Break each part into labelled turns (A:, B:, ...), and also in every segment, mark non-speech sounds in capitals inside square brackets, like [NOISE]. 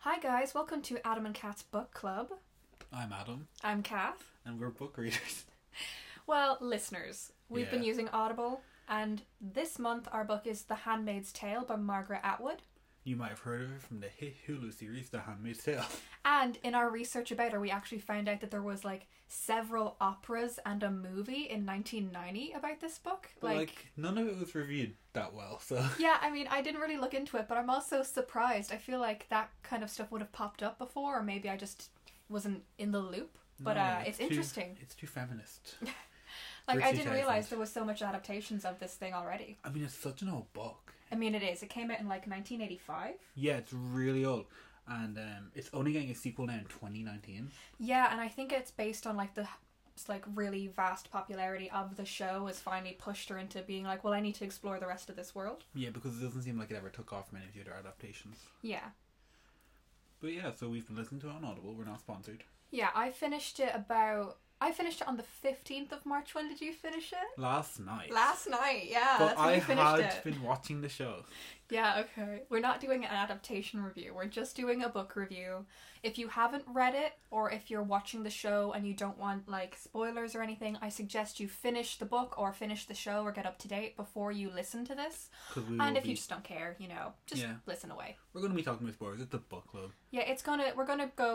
A: Hi, guys. Welcome to Adam and Kat's Book Club.
B: I'm Adam,
A: I'm Kat.
B: and we're book readers. [LAUGHS]
A: Well, listeners, we've been
B: Yeah.
A: using Audible, and this month our book is The Handmaid's Tale by Margaret Atwood.
B: You might have heard of her from the hit Hulu series The Handmaid's Tale. [LAUGHS]
A: And in our research about her, we actually found out that there was like several operas and a movie in 1990 about this book.
B: But, Like, none of it was reviewed that well, so
A: yeah, I mean, I didn't really look into it, but I'm also surprised. I feel like that kind of stuff would have popped up before, or maybe I just wasn't in the loop. [LAUGHS] But
B: No,
A: uh, it's,
B: too-
A: interesting.
B: It's too
A: [LAUGHS]
B: feminist.
A: Like, I
B: British
A: didn't realize
B: accent.
A: there was so much adaptations of this thing already.
B: I mean, it's such an old book.
A: I mean, it is. It came out in like 1985.
B: Yeah, it's really old, and um, it's only getting a sequel now in 2019.
A: Yeah, and I think it's based on like the it's like really vast popularity of the show has finally pushed her into being like, well, I need to explore the rest of this world.
B: Yeah, because it doesn't seem like it ever took off from any of the other adaptations.
A: Yeah.
B: But yeah, so we've been listening to it on Audible. We're not sponsored.
A: Yeah, I finished it about I finished it on the 15th of March. When did you finish it?
B: Last night.
A: Last night. Yeah,
B: But
A: that's when
B: I
A: you
B: had
A: finished it.
B: been watching the show.
A: Yeah, okay. We're not doing an adaptation review. We're just doing a book review. If you haven't read it or if you're watching the show and you don't want like spoilers or anything, I suggest you finish the book or finish the show or get up to date before you listen to this.
B: 'cause we
A: and
B: will
A: if you
B: be-
A: just don't care, you know, just
B: Yeah.
A: listen away.
B: We're going to be talking about spoilers. It's a book club.
A: Yeah, it's gonna we're gonna go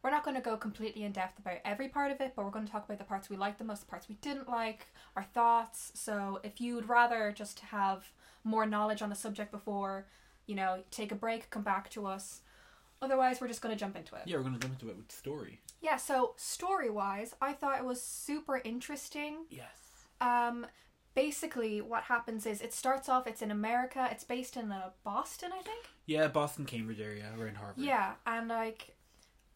A: we're not gonna go completely in depth about every part of it, but we're gonna talk about the parts we liked the most, the parts we didn't like, our thoughts. So if you'd rather just have more knowledge on the subject before, you know, take a break, come back to us. Otherwise we're just gonna jump into it.
B: Yeah, we're going to jump into it with the story.
A: Yeah, so story wise, I thought it was super interesting.
B: Yes.
A: Um basically what happens is it starts off it's in America, it's based in uh, Boston, I think.
B: Yeah, Boston, Cambridge area, around Harvard.
A: Yeah, and like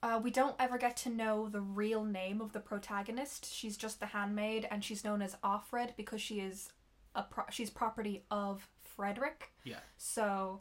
A: uh, we don't ever get to know the real name of the protagonist. She's just the handmaid, and she's known as Offred because she is a pro- she's property of Frederick.
B: Yeah.
A: So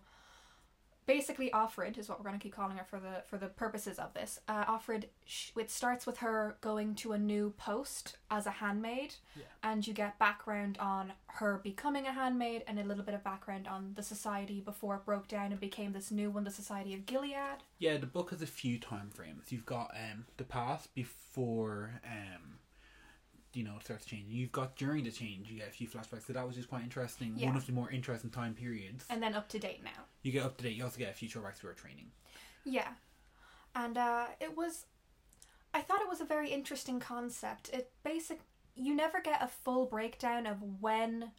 A: basically, Offred is what we're going to keep calling her for the for the purposes of this. Uh, Offred, sh- it starts with her going to a new post as a handmaid,
B: Yeah.
A: and you get background on her becoming a handmaid and a little bit of background on the society before it broke down and became this new one, the Society of Gilead.
B: Yeah, the book has a few time frames. You've got um the past before um you know it starts changing. You've got during the change, you get a few flashbacks, so that was just quite interesting.
A: Yeah.
B: One of the more interesting time periods.
A: and then up to date now.
B: You get up to date, you also get a few throwbacks to our training.
A: Yeah. And uh, it was. I thought it was a very interesting concept. It basic. You never get a full breakdown of when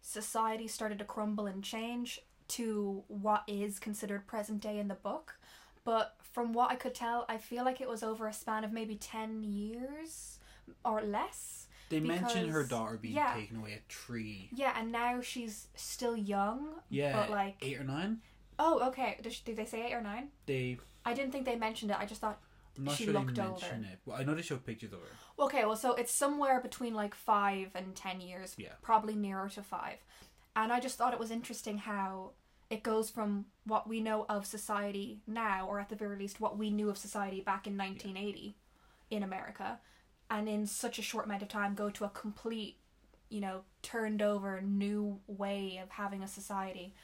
A: society started to crumble and change to what is considered present day in the book. But from what I could tell, I feel like it was over a span of maybe 10 years or less.
B: They mention her
A: Because-
B: daughter being
A: yeah.
B: taken away at three.
A: Yeah, and now she's still young.
B: Yeah.
A: But like.
B: eight or nine?
A: Oh, okay. Did, she- did they say eight or nine?
B: They
A: I didn't think they mentioned it. I just thought
B: I'm not
A: She
B: sure they
A: looked
B: mention
A: older.
B: it. Well I know they show pictures of her.
A: Okay, well, so it's somewhere between like five and ten years,
B: Yeah.
A: probably nearer to five. And I just thought it was interesting how it goes from what we know of society now, or at the very least, what we knew of society back in 1980 in America, and in such a short amount of time go to a complete, you know, turned over new way of having a society.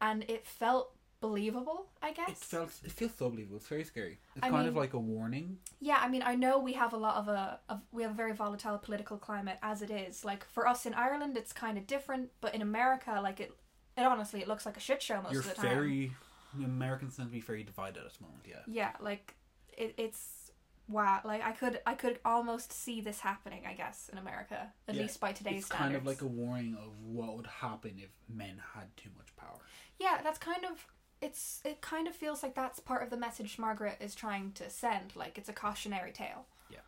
A: And it felt believable, I guess.
B: It felt it feels so believable, it's very scary. It's
A: I
B: kind of
A: mean-
B: like a warning.
A: Yeah, I mean, I know we have a lot of a of, we have a very volatile political climate as it is. Like for us in Ireland, it's kind of different, but in America, like it, it honestly, it looks like a shit show most
B: You're
A: of the time.
B: very Americans tend to be very divided at this moment, yeah.
A: Yeah, like it, it's wow. Like I could I could almost see this happening. I guess in America, at
B: Yeah,
A: least by today's
B: it's
A: standards.
B: kind of like a warning of what would happen if men had too much power.
A: Yeah, that's kind of it's it kind of feels like that's part of the message Margaret is trying to send, like it's a cautionary tale.
B: Yeah.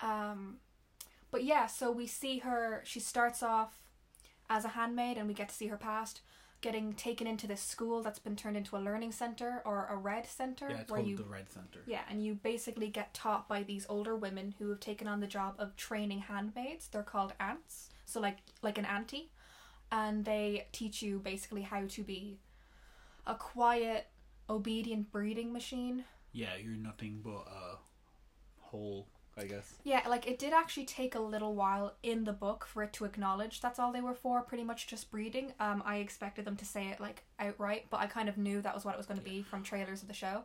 A: Um but yeah, so we see her she starts off as a handmaid and we get to see her past getting taken into this school that's been turned into a learning center or a red center
B: Yeah, it's
A: where
B: called
A: you
B: the Red Center.
A: yeah, and you basically get taught by these older women who have taken on the job of training handmaids. They're called aunts, so like like an auntie, and they teach you basically how to be a quiet, obedient breeding machine.
B: Yeah, you're nothing but a hole, I guess.
A: Yeah, like it did actually take a little while in the book for it to acknowledge that's all they were for, pretty much just breeding. Um, I expected them to say it like outright, but I kind of knew that was what it was going to be from trailers of the show.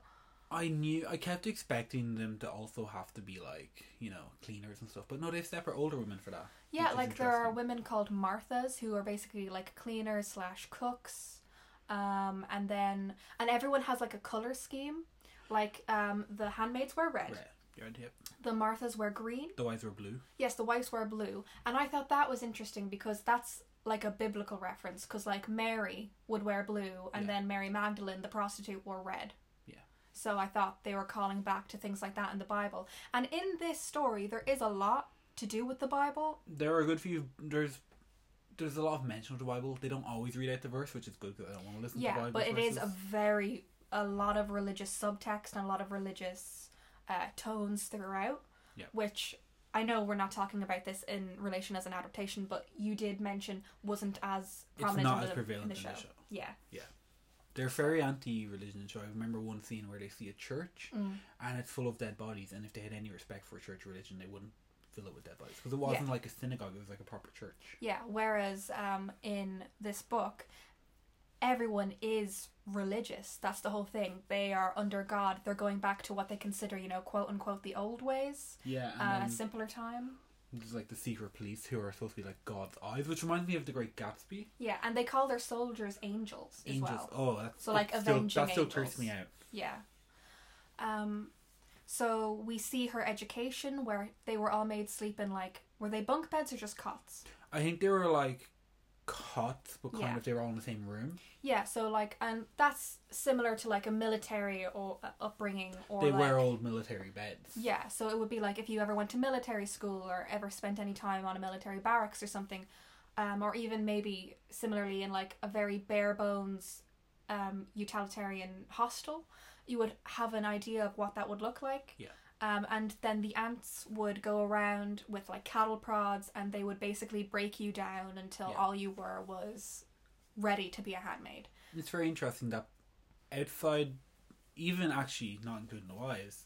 B: I knew I kept expecting them to also have to be like you know cleaners and stuff, but no, they've separate older women for that.
A: Yeah,
B: which is
A: like there are
B: interesting.
A: women called Marthas who are basically like cleaners slash cooks, um, and then and everyone has like a color scheme. Like um, the handmaids wear red,
B: Right. You're right, yep.
A: the Marthas wear green.
B: The wives were blue.
A: Yes, the wives wear blue, and I thought that was interesting because that's like a biblical reference. Because like Mary would wear blue, and
B: Yeah.
A: then Mary Magdalene, the prostitute, wore red.
B: Yeah.
A: So I thought they were calling back to things like that in the Bible, and in this story there is a lot to do with the Bible.
B: There are a good few. There's there's a lot of mention of the Bible. They don't always read out the verse, which is good because I don't want to listen to
A: Yeah,
B: Bible
A: but it is a
B: verses.
A: very a lot of religious subtext and a lot of religious uh, tones throughout.
B: Yeah.
A: Which I know we're not talking about this in relation as an adaptation, but you did mention wasn't as prominent
B: not
A: in
B: as
A: the-
B: prevalent
A: in the
B: in
A: show.
B: the show.
A: Yeah.
B: They're very anti-religion. So I remember one scene where they see a church
A: Mm.
B: and it's full of dead bodies. And if they had any respect for church religion, they wouldn't fill it with dead bodies because it wasn't like a synagogue. It was like a proper church.
A: Yeah. Whereas um, in this book, everyone is religious. That's the whole thing. They are under God. They're going back to what they consider, you know, quote unquote, the old ways,
B: Yeah, and
A: uh, a
B: then
A: simpler time.
B: there's like the secret police who are supposed to be like God's eyes, which reminds me of the Great Gatsby.
A: Yeah, and they call their soldiers angels as
B: Angels.
A: well.
B: Oh, that's
A: So, like,
B: that's still,
A: avenging
B: that still creeps
A: angels.
B: me out.
A: Yeah. Um, so we see her education where they were all made sleep in like were they bunk beds or just cots?
B: I think they were like cots, but kind
A: Yeah.
B: of they were all in the same room.
A: Yeah. So like, and that's similar to like a military or uh, upbringing or
B: they
A: like,
B: were old military beds.
A: Yeah. So it would be like if you ever went to military school or ever spent any time on a military barracks or something, um, or even maybe similarly in like a very bare bones, um, utilitarian hostel, you would have an idea of what that would look like.
B: Yeah.
A: Um, and then the ants would go around with like cattle prods, and they would basically break you down until
B: Yeah.
A: all you were was ready to be a handmaid.
B: It's very interesting that outside, even actually not including the wives,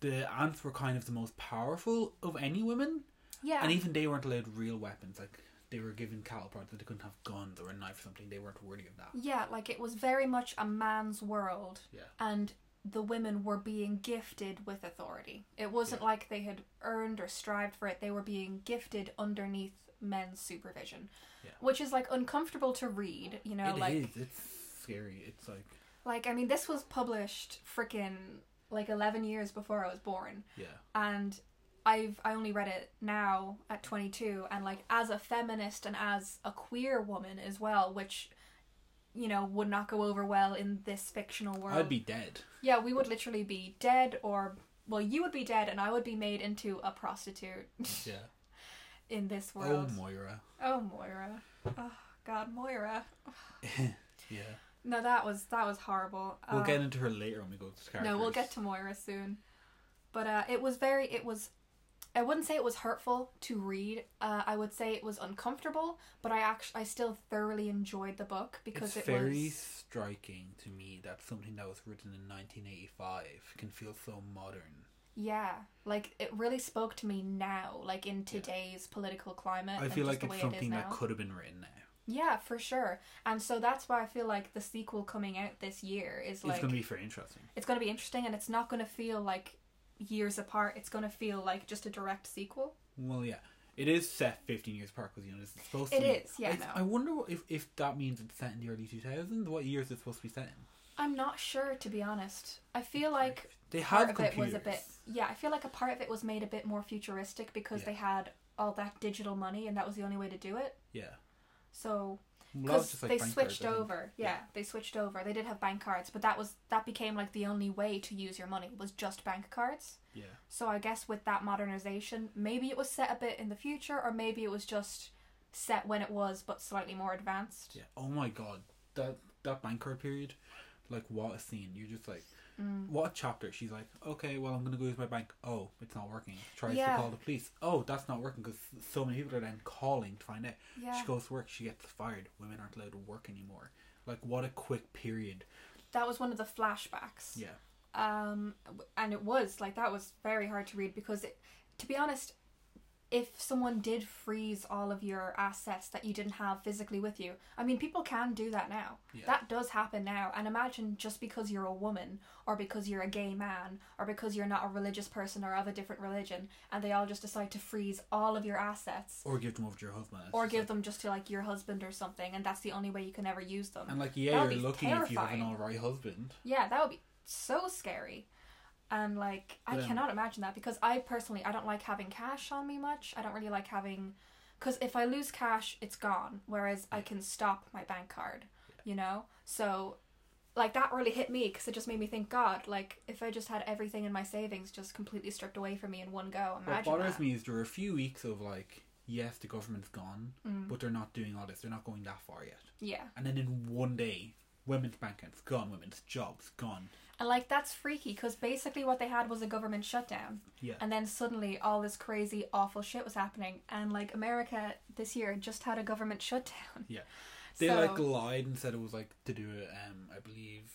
B: the ants were kind of the most powerful of any women,
A: Yeah.
B: and even they weren't allowed real weapons. Like they were given cattle prods, they couldn't have guns or a knife or something. They weren't worthy of that.
A: Yeah, like it was very much a man's world.
B: Yeah.
A: And the women were being gifted with authority. It wasn't like they had earned or strived for it. They were being gifted underneath men's supervision.
B: Yeah.
A: Which is like uncomfortable to read, you know,
B: It is.
A: like
B: It's scary. It's like
A: like I mean this was published frickin' like 11 years before I was born
B: yeah,
A: and I've I only read it now at 22 and like as a feminist and as a queer woman as well which you know would not go over well in this fictional world.
B: I'd be dead.
A: Yeah, we would literally be dead or well you would be dead and I would be made into a prostitute [LAUGHS]
B: Yeah.
A: in this
B: Oh
A: world.
B: Moira.
A: Oh, Moira. Oh god, Moira.
B: Yeah.
A: No, that was that was horrible.
B: We'll
A: Um,
B: get into her later when we go to the characters.
A: No, we'll get to Moira soon. But uh, it was very, it was, I wouldn't say it was hurtful to read. Uh, I would say it was uncomfortable, but I actually, I still thoroughly enjoyed the book because
B: it's
A: it
B: very
A: was.
B: striking to me that something that was written in 1985 can feel so modern.
A: Yeah, like it really spoke to me now, like in today's political climate.
B: I
A: and
B: feel
A: just
B: like
A: the
B: it's
A: way it is
B: something
A: now.
B: that could have been written now.
A: Yeah, for sure. And so that's why I feel like the sequel coming out this year is like
B: it's going to be very interesting.
A: it's going to be interesting, and it's not going to feel like years apart. It's going to feel like just a direct sequel.
B: Well, yeah. It is set 15 years apart because, you know, it's supposed
A: It
B: to be.
A: is, yeah,
B: I,
A: no.
B: I wonder what, if, if that means it's set in the early 2000s. What years it's supposed to be set in?
A: I'm not sure, to be honest. I feel like
B: They
A: part
B: had
A: of it was
B: computers.
A: a bit. Yeah, I feel like a part of it was made a bit more futuristic because
B: Yeah.
A: they had all that digital money, and that was the only way to do it.
B: Yeah.
A: So
B: Well, that was
A: because
B: just like
A: they
B: bank
A: switched
B: cards, I think.
A: over, yeah,
B: Yeah.
A: they switched over. They did have bank cards, but that was that became like the only way to use your money was just bank cards.
B: Yeah.
A: So I guess with that modernization, maybe it was set a bit in the future, or maybe it was just set when it was, but slightly more advanced.
B: Yeah. Oh my god. That that bank card period, like what a scene. You're just like
A: Mm.
B: what a chapter. She's like, okay, well I'm gonna go use my bank. Oh, it's not working. Tries
A: Yeah.
B: to call the police. Oh, that's not working because so many people are then calling to find out.
A: Yeah.
B: She goes to work. She gets fired. Women aren't allowed to work anymore. Like what a quick period.
A: That was one of the flashbacks.
B: Yeah.
A: um and it was like that was very hard to read because it, to be honest if someone did freeze all of your assets that you didn't have physically with you. I mean, people can do that now.
B: Yeah.
A: That does happen now. And imagine just because you're a woman, or because you're a gay man, or because you're not a religious person or of a different religion, and they all just decide to freeze all of your assets
B: Or give them over to your husband. It's
A: or
B: just
A: give
B: like-
A: them just to like your husband or something, and that's the only way you can ever use them.
B: And like, yeah,
A: That would
B: you're
A: be
B: lucky if you have an
A: terrifying.
B: alright husband.
A: Yeah, that would be so scary. And like I
B: But, um,
A: cannot imagine that because I personally I don't like having cash on me much. I don't really like having cuz if I lose cash, it's gone whereas I can stop my bank card, you know? So like that really hit me cuz it just made me think god, like if I just had everything in my savings just completely stripped away from me in one go,
B: What
A: imagine
B: bothers
A: that.
B: me is there are a few weeks of like, yes, the government's gone,
A: Mm.
B: but they're not doing all this. They're not going that far yet.
A: Yeah.
B: And then in one day, women's bank accounts gone, women's jobs gone.
A: And like that's freaky cuz basically what they had was a government shutdown.
B: Yeah.
A: And then suddenly all this crazy, awful shit was happening. And like America this year just had a government [LAUGHS] shutdown.
B: Yeah. They
A: so,
B: like lied and said it was like to do with, um I believe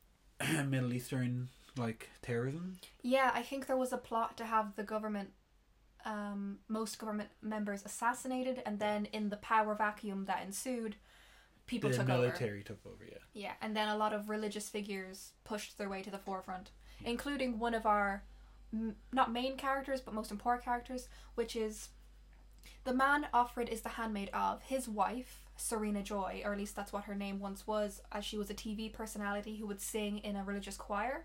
B: [CLEARS THROAT] Middle Eastern like terrorism.
A: yeah, I think there was a plot to have the government, um, most government members assassinated. And then in the power vacuum that ensued, people
B: the
A: took over.
B: military took over, yeah.
A: Yeah. And then a lot of religious figures pushed their way to the forefront, including one of our, m- not main characters, but most important characters, which is The man Offred is the handmaid of his wife, Serena Joy, or at least that's what her name once was, as she was a TV personality who would sing in a religious choir.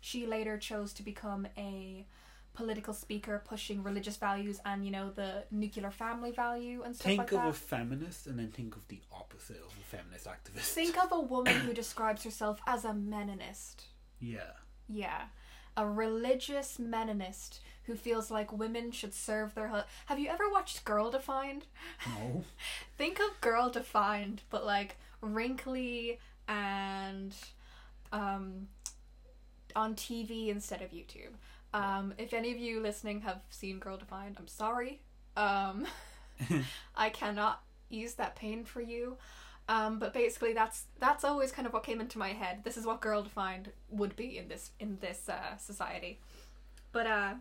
A: She later chose to become a political speaker pushing religious values and, you know, the nuclear family value and stuff
B: Think
A: like
B: of
A: that.
B: a feminist and then think of the opposite of a feminist activist.
A: Think of a woman who describes herself as a Meninist.
B: [LAUGHS] yeah.
A: Yeah. A religious Meninist who feels like women should serve their. Hu- Have you ever watched Girl Defined?
B: No.
A: Think of girl defined, but like wrinkly and um, on TV instead of YouTube. Um, if any of you listening have seen Girl Defined, I'm sorry. Um, [LAUGHS] I cannot use that pain for you. Um, but basically, that's that's always kind of what came into my head. This is what girl defined would be in this in this uh, society. But uh,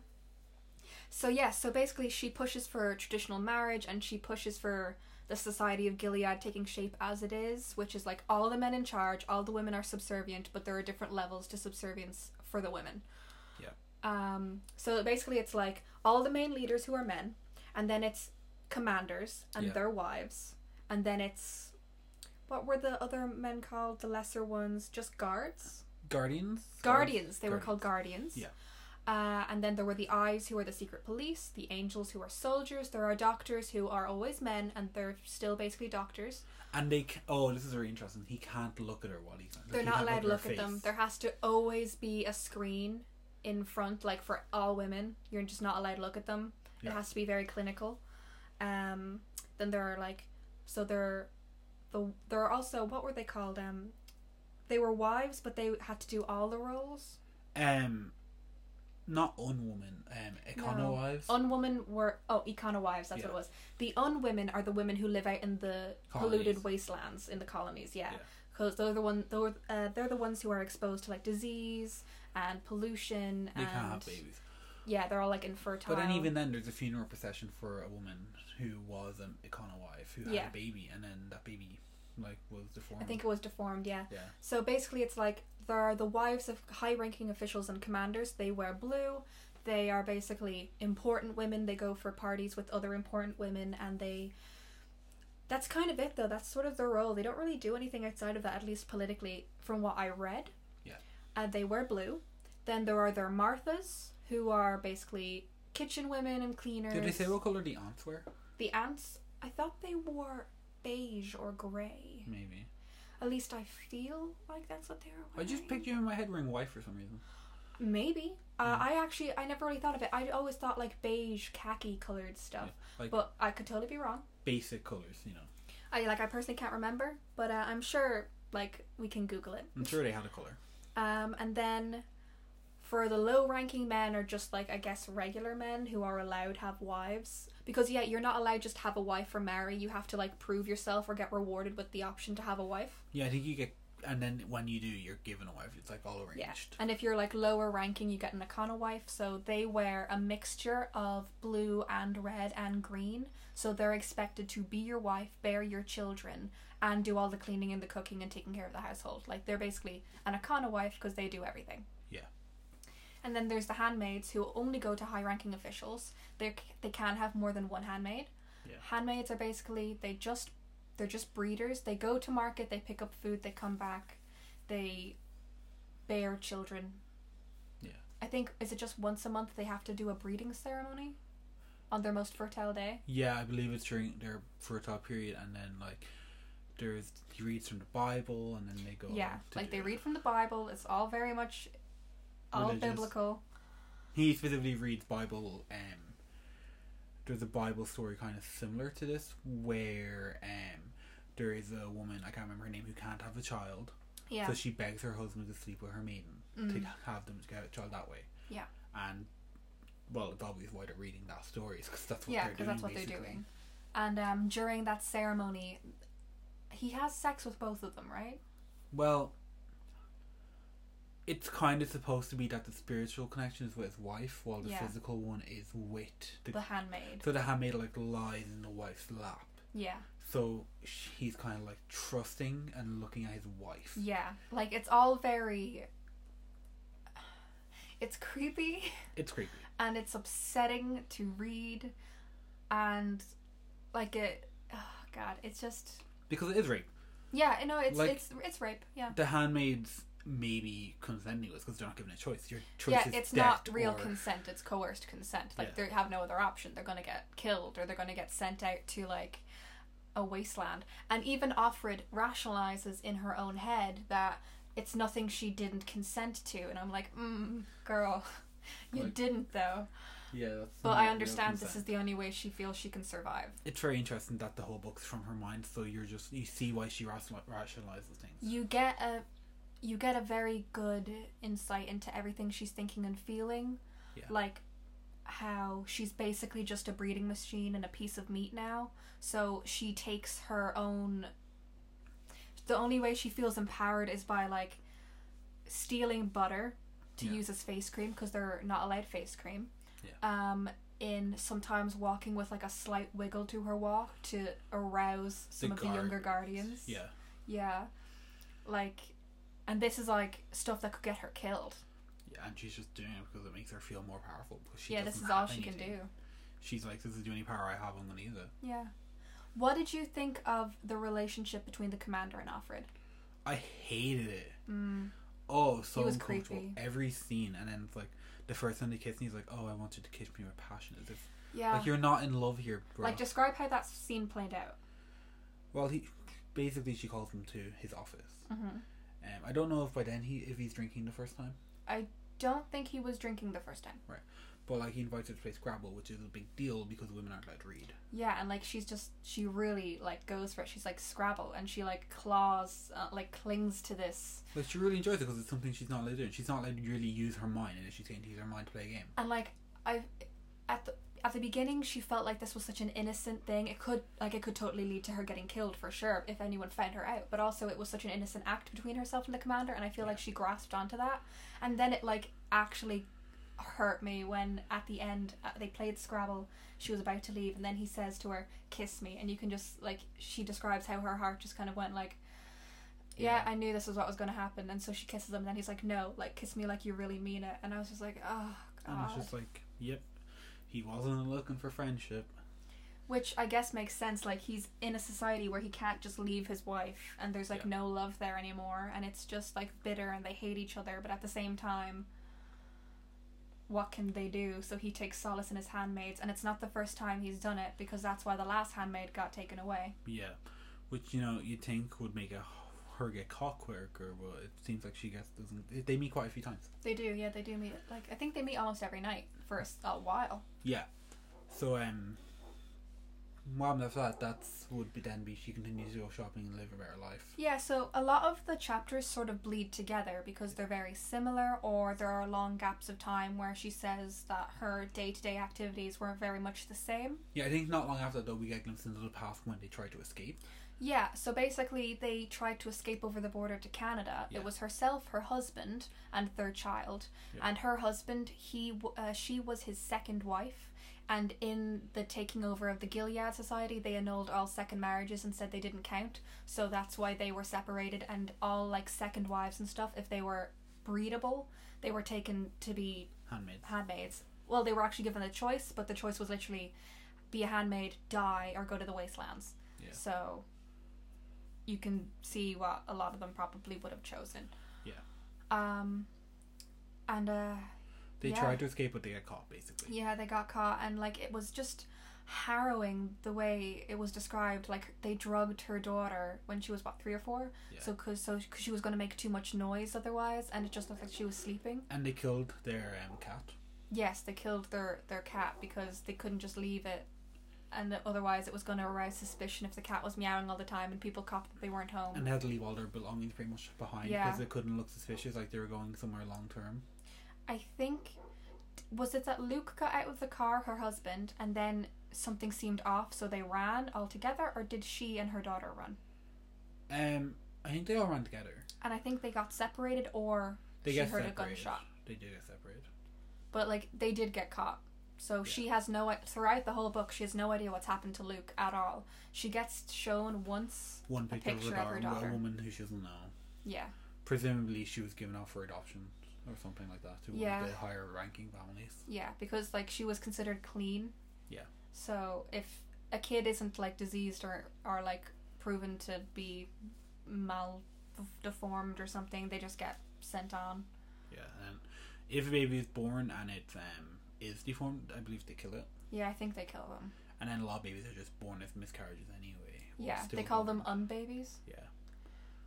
A: so yeah, so basically, she pushes for traditional marriage and she pushes for the society of Gilead taking shape as it is, which is like all the men in charge, all the women are subservient, but there are different levels to subservience for the women.
B: Yeah.
A: Um, so basically, it's like all the main leaders who are men, and then it's commanders and
B: Yeah.
A: their wives, and then it's what were the other men called? The lesser ones, just guards,
B: Guardians?
A: [LAUGHS] guardians. They were called guardians.
B: Yeah.
A: Uh, and then there were the eyes, who are the secret police, the angels, who are soldiers. There are doctors, who are always men, and they're still basically doctors.
B: And they c- oh, this is really interesting. He can't look at her while he's like,
A: They're
B: he
A: not
B: can't
A: allowed to
B: her
A: look at them.
B: face.
A: There has to always be a screen in front, like for all women. You're just not allowed to look at them. It
B: Yeah.
A: has to be very clinical. Um, then there are like, so there, are the there are also what were they called? Um, they were wives, but they had to do all the roles.
B: um, not unwoman. Um, econo
A: No.
B: wives.
A: Unwomen were oh econo wives. That's
B: Yeah.
A: what it was. The unwomen are the women who live out in the polluted
B: Colonies.
A: wastelands in the colonies. Yeah,
B: Yeah.
A: because they're the one they're, uh, they're the ones who are exposed to like disease and pollution.
B: they
A: and,
B: can't have babies.
A: Yeah, they're all like infertile.
B: But then even then, there's a funeral procession for a woman who was an econo wife who had
A: Yeah.
B: a baby, and then that baby like was deformed.
A: I think it was deformed. Yeah.
B: yeah,
A: So basically, it's like there are the wives of high-ranking officials and commanders. They wear blue. They are basically important women. They go for parties with other important women, and they. That's kind of it, though. That's sort of their role. They don't really do anything outside of that, at least politically, from what I read.
B: Yeah.
A: Uh, they wear blue. Then there are their Marthas, who are basically kitchen women and cleaners.
B: Did they say what color the aunts were?
A: The ants, I thought they wore beige or grey.
B: Maybe.
A: At least I feel like that's what they were
B: I
A: wearing.
B: just picked you in my head wearing white for some reason.
A: Maybe.
B: Hmm.
A: Uh, I actually, I never really thought of it. I always thought like beige, khaki coloured stuff.
B: Like
A: But I could totally be wrong.
B: basic colors, you know.
A: I like I personally can't remember, but uh, I'm sure like we can Google it.
B: I'm sure they had a color.
A: Um, and then for the low ranking men are just like I guess regular men who are allowed to have wives because yeah you're not allowed just to have a wife or marry you have to like prove yourself or get rewarded with the option to have a wife.
B: Yeah, I think you get and then when you do, you're given a wife. It's like all arranged.
A: Yeah. And if you're like lower ranking, you get an Akana wife. So they wear a mixture of blue and red and green. So they're expected to be your wife, bear your children, and do all the cleaning and the cooking and taking care of the household. Like they're basically an Akana wife because they do everything.
B: Yeah.
A: And then there's the handmaids who only go to high ranking officials. They they can have more than one handmaid.
B: Yeah.
A: Handmaids are basically they just they're just breeders. They go to market, they pick up food, they come back, they bear children.
B: Yeah.
A: I think is it just once a month they have to do a breeding ceremony on their most fertile day?
B: Yeah, I believe it's during their fertile period, and then like there's he reads from the Bible, and then they go.
A: yeah.
B: to
A: Like
B: do-
A: they read from the Bible. It's all very much all
B: Religious.
A: biblical.
B: He specifically reads Bible. Um, there's a Bible story kind of similar to this where um there is a woman I can't remember her name who can't have a child,
A: Yeah. Mm-hmm.
B: so she begs her husband to sleep with her maiden to have them to get a child that way.
A: Yeah.
B: And well, it's obvious why they're reading that story is because that's what
A: yeah,
B: they're
A: because
B: doing.
A: that's what they're
B: basically.
A: doing. And um, during that ceremony, he has sex with both of them, right?
B: Well, it's kind of supposed to be that the spiritual connection is with his wife, while the
A: Yeah.
B: physical one is with the.
A: The handmaid.
B: so the handmaid like lies in the wife's lap.
A: Yeah.
B: So sh- he's kind of like trusting and looking at his wife.
A: Yeah. Like it's all very. It's creepy.
B: It's creepy.
A: and it's upsetting to read and like it oh god it's just
B: Because it is rape.
A: yeah no it's
B: Like-
A: it's it's rape yeah
B: The handmaids maybe consenting to it because they're not given a choice. Your choice
A: yeah
B: is
A: it's not
B: death
A: real
B: or-
A: consent it's coerced consent like
B: Yeah.
A: they have no other option they're gonna get killed or they're gonna get sent out to like a wasteland and even offred rationalizes in her own head that it's nothing she didn't consent to and i'm like mm girl [LAUGHS] you
B: Like-
A: didn't though
B: Yeah, that's
A: but
B: not
A: i
B: real
A: understand this is
B: consent.
A: the only way she feels she can survive
B: It's very interesting that the whole book's from her mind, so you're just you see why she rational- rationalizes things.
A: you get a you get a very good insight into everything she's thinking and feeling
B: Yeah.
A: like how she's basically just a breeding machine and a piece of meat now so she takes her own the only way she feels empowered is by like stealing butter to
B: Yeah.
A: use as face cream because they're not allowed face cream
B: Yeah.
A: um in sometimes walking with like a slight wiggle to her walk to arouse some of the younger guardians
B: Yeah.
A: yeah. Like and this is like stuff that could get her killed.
B: Yeah, and she's just doing it because it makes her feel more powerful. Because she
A: yeah, this
B: doesn't
A: is all
B: have
A: she can do.
B: anything. She's like, this is the only power I have. I'm gonna use it.
A: Yeah. What did you think of the relationship between the commander and Alfred?
B: I hated it.
A: Mm.
B: Oh, so
A: He was
B: uncomfortable.
A: creepy.
B: Every scene, and then it's like the first time they kiss, and he's like, "Oh, I want you to kiss me with passion." As if
A: Yeah.
B: like you're not in love here, bro.
A: Like, describe how that scene played out.
B: well, he basically she calls him to his office.
A: Mm-hmm.
B: Um, I don't know if by then he if he's drinking the first time,
A: Don't think he was drinking the first time.
B: but like he invites her to play Scrabble, which is a big deal because women aren't allowed to read.
A: Yeah, and like she's just she really like goes for it. She's like Scrabble, and she like claws, uh, like clings to this
B: But she really enjoys it because it's something she's not allowed to do. And she's not allowed to really use her mind, and she's getting to use her mind to play a game.
A: and like I at the at the beginning she felt like this was such an innocent thing it could like it could totally lead to her getting killed for sure if anyone found her out but also it was such an innocent act between herself and the commander and i feel like she grasped onto that and then it like actually hurt me when at the end uh, they played scrabble she was about to leave and then he says to her kiss me and you can just like she describes how her heart just kind of went like yeah,
B: Yeah.
A: I knew this was what was going to happen, and so she kisses him. And then he's like, "No, like kiss me like you really mean it." And I was just like, "Oh
B: And
A: god."
B: it's just like, yep, he wasn't looking for friendship.
A: Which I guess makes sense. Like he's in a society where he can't just leave his wife, and there's like
B: Yeah.
A: no love there anymore, and it's just like bitter, and they hate each other. But at the same time, what can they do? So he takes solace in his handmaids, and it's not the first time he's done it because that's why the last handmaid got taken away.
B: Yeah, which you know you'd think would make a her get caught quicker, but it seems like she gets doesn't. They meet quite a few times.
A: They do, yeah, they do meet. Like I think they meet almost every night for a, s- a while.
B: Yeah, so um, mom left that. That's would be then be she continues to go shopping and live a better life.
A: Yeah, so a lot of the chapters sort of bleed together because they're very similar, or there are long gaps of time where she says that her day to day activities were very much the same.
B: Yeah, I think not long after that though we get glimpses into the past when they try to escape.
A: Yeah, so basically they tried to escape over the border to Canada.
B: Yeah.
A: It was herself, her husband, and their child.
B: Yeah.
A: And her husband, he w- uh, she was his second wife. And in the taking over of the Gilead Society, they annulled all second marriages and said they didn't count. So that's why they were separated and all like second wives and stuff if they were breedable, they were taken to be
B: Handmaid.
A: handmaids. Well, they were actually given a choice, but the choice was literally be a handmaid, die, or go to the wastelands.
B: Yeah.
A: So you can see what a lot of them probably would have chosen.
B: Yeah.
A: Um, and uh,
B: They
A: Yeah.
B: tried to escape, but they got caught, basically.
A: yeah, they got caught, and like it was just harrowing the way it was described. Like they drugged her daughter when she was what three or four,
B: Yeah.
A: so cause so 'cause she was going to make too much noise otherwise, and it just looked like she was sleeping.
B: And they killed their um, cat.
A: Yes, they killed their their cat because they couldn't just leave it, and that otherwise it was going to arouse suspicion if the cat was meowing all the time and people caught that they weren't home.
B: And they had to leave all their belongings pretty much behind
A: Yeah.
B: because it couldn't look suspicious, like they were going somewhere long term.
A: I think was it that Luke got out of the car, her husband, and then something seemed off, so they ran all together, or did she and her daughter run?
B: Um, I think they all ran together.
A: And I think they got separated, or
B: They
A: she
B: get
A: heard
B: separated.
A: a gunshot.
B: They do get separated.
A: But like they did get caught. So she has no i- throughout the whole book she has no idea what's happened to Luke at all. She gets shown once
B: One picture,
A: picture
B: of,
A: of
B: her
A: her
B: daughter,
A: daughter.
B: a woman who she doesn't know.
A: yeah.
B: Presumably, she was given up for adoption or something like that to one
A: Yeah.
B: of the higher ranking families.
A: Yeah, because like she was considered clean.
B: Yeah.
A: So if a kid isn't like diseased or or like proven to be mal deformed or something, they just get sent on.
B: Yeah, and if a baby is born and it um is deformed, I believe they kill it.
A: Yeah, I think they kill them.
B: And then a lot of babies are just born as miscarriages anyway. or
A: yeah, they
B: stillborn.
A: call them unbabies.
B: Yeah.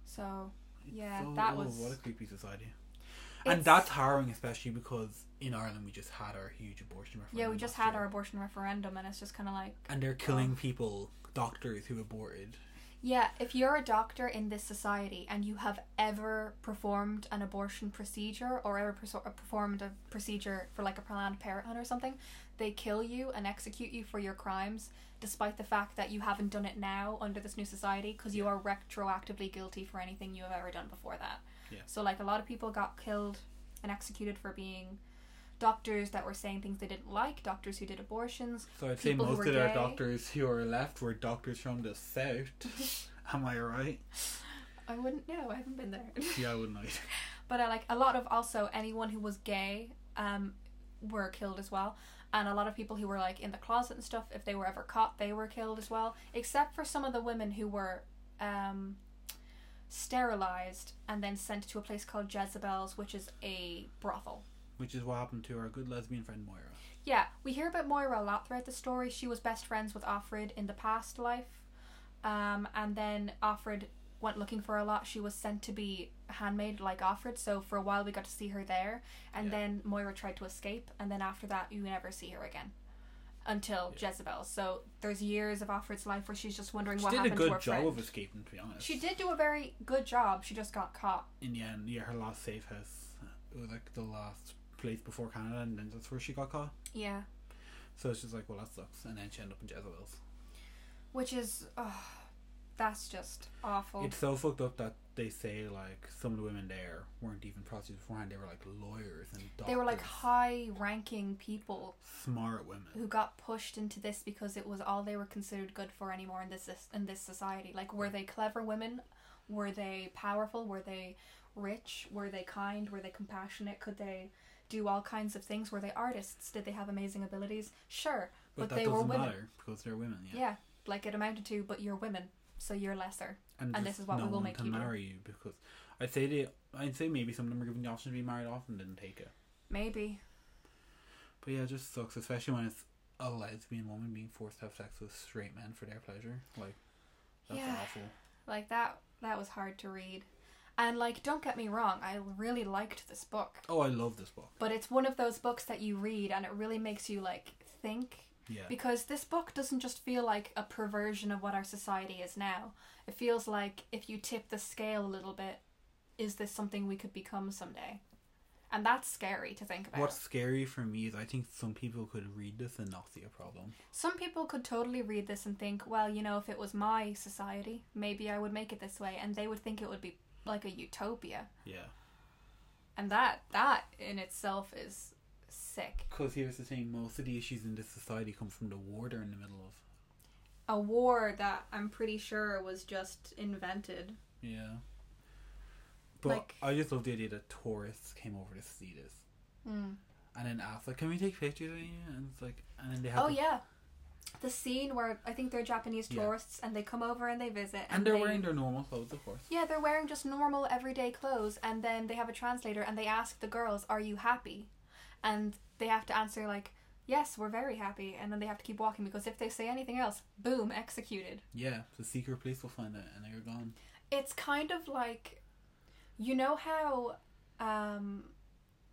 A: So Yeah,
B: So-
A: that
B: oh,
A: was-
B: what a creepy society.
A: it's-
B: And that's harrowing, especially because in Ireland we just had our huge abortion referendum.
A: yeah, we just
B: last
A: had
B: year.
A: our abortion referendum, and it's just kind of like
B: and they're killing people, doctors who aborted.
A: Yeah, if you're a doctor in this society and you have ever performed an abortion procedure or ever perso- uh, performed a procedure for like a Planned Parenthood or something, they kill you and execute you for your crimes, despite the fact that you haven't done it now under this new society because you are retroactively guilty for anything you have ever done before that.
B: Yeah.
A: So like a lot of people got killed and executed for being doctors that were saying things they didn't like, doctors who did abortions.
B: So I'd say
A: People who
B: most
A: were
B: of our
A: gay.
B: doctors who are left were doctors from
A: [LAUGHS]
B: the south. Am I right?
A: I wouldn't know. I haven't been there. [LAUGHS]
B: Yeah, I wouldn't. either.
A: But uh, like a lot of also anyone who was gay um, were killed as well. And a lot of people who were like in the closet and stuff, if they were ever caught, they were killed as well. Except for some of the women who were um, sterilized and then sent to a place called Jezebel's, which is a brothel.
B: Which is what happened to our good lesbian friend Moira.
A: Yeah, we hear about Moira a lot throughout the story. She was best friends with Offred in the past life. Um, and then Offred went looking for her a lot. She was sent to be handmaid like Offred, so for a while we got to see her there. And
B: Yeah.
A: then Moira tried to escape, and then after that, you never see her again. Until Jezebel. So there's years of Offred's life where she's just wondering
B: She
A: what
B: did a
A: happened to
B: good
A: her
B: job
A: friend.
B: of escaping, to be honest.
A: She did do a very good job, she just got caught.
B: In the end, yeah, her last safe house it was like the last place before Canada, and then that's where she got caught.
A: Yeah.
B: So it's just like, well, that sucks. And then she ended up in Jezebel's.
A: Which is, oh, that's just awful.
B: It's so fucked up that they say like some of the women there weren't even prostitutes beforehand. They were like lawyers and doctors.
A: they were like high ranking people
B: smart women.
A: who got pushed into this because it was all they were considered good for anymore in this in this society. Like, were they clever women? Were they powerful? Were they rich? Were they kind? Were they compassionate? Could they do all kinds of things? Were they artists? Did they have amazing abilities? Sure, but,
B: But, that
A: they were
B: doesn't
A: women.
B: matter because they're women. Yeah.
A: Yeah. like it amounted to, but you're women, so you're lesser. and
B: And, just
A: this is what
B: no
A: we will
B: one
A: make
B: can
A: you do.
B: marry you because I'd say they. I'd say maybe some of them were given the option to be married off and didn't take it.
A: Maybe.
B: But yeah, it just sucks, especially when it's a lesbian woman being forced to have sex with straight men for their pleasure. Like that's
A: Yeah.
B: awful.
A: Like that. That was hard to read. And like, don't get me wrong, I really liked this book.
B: Oh, I love this book.
A: But it's one of those books that you read and it really makes you like think
B: Yeah.
A: because this book doesn't just feel like a perversion of what our society is now. It feels like if you tip the scale a little bit, is this something we could become someday? and that's scary to think about.
B: What's scary for me is I think some people could read this and not see a problem.
A: Some people could totally read this and think, well, you know, if it was my society, maybe I would make it this way, and they would think it would be like a utopia,
B: Yeah.
A: and that that in itself is sick.
B: Because here's the thing most of the issues in this society come from the war they're in the middle of.
A: A war that I'm pretty sure was just invented.
B: Yeah. But
A: Like-
B: I just love the idea that tourists came over to see this
A: Mm.
B: and then asked, like, can we take pictures of you? And it's like, and then they have.
A: Oh
B: to-
A: yeah, the scene where I think they're Japanese
B: Yeah.
A: tourists and they come over and they visit
B: And they're
A: they-
B: wearing their normal clothes, of course.
A: Yeah, they're wearing just normal everyday clothes, and then they have a translator, and they ask the girls, "Are you happy?" And they have to answer like, "Yes, we're very happy," and then they have to keep walking because if they say anything else, boom, executed.
B: Yeah, the secret police will find it and they're gone.
A: It's kind of like, you know how, um,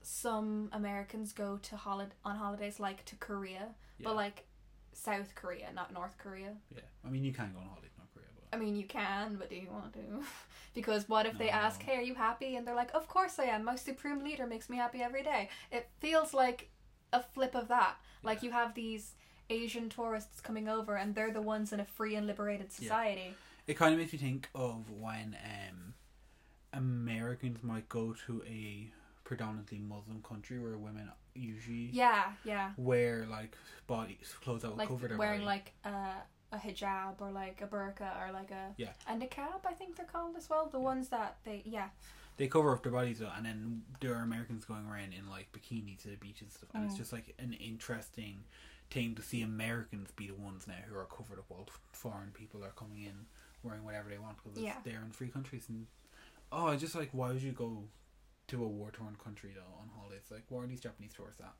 A: some Americans go to holiday on holidays like to Korea,
B: Yeah.
A: but like South Korea, not North Korea.
B: Yeah. I mean, you can go on holiday to North Korea, but.
A: I mean, you can, but do [LAUGHS] you want to? because what if they
B: No.
A: ask, "Hey, are you happy?" and they're like, "Of course I am. My supreme leader makes me happy every day." It feels like a flip of that. Like
B: Yeah.
A: you have these Asian tourists coming over, and they're the ones in a free and liberated society.
B: It kind of makes me think of when um, Americans might go to a predominantly Muslim country where women usually
A: Yeah, yeah.
B: wear like bodies, clothes that will
A: Like
B: cover their
A: wearing
B: body.
A: like uh, a hijab or like a burqa or like a
B: Yeah.
A: a niqab. I think they're called as well. The ones that they yeah
B: they cover up their bodies though, and then there are Americans going around in like bikinis to the beach and stuff, and it's
A: Mm.
B: just like an interesting thing to see Americans be the ones now who are covered up while foreign people are coming in wearing whatever they want because
A: Yeah.
B: they're in free countries and oh, I just like why would you go to a war torn country though on holidays? Like, where are these Japanese tourists at?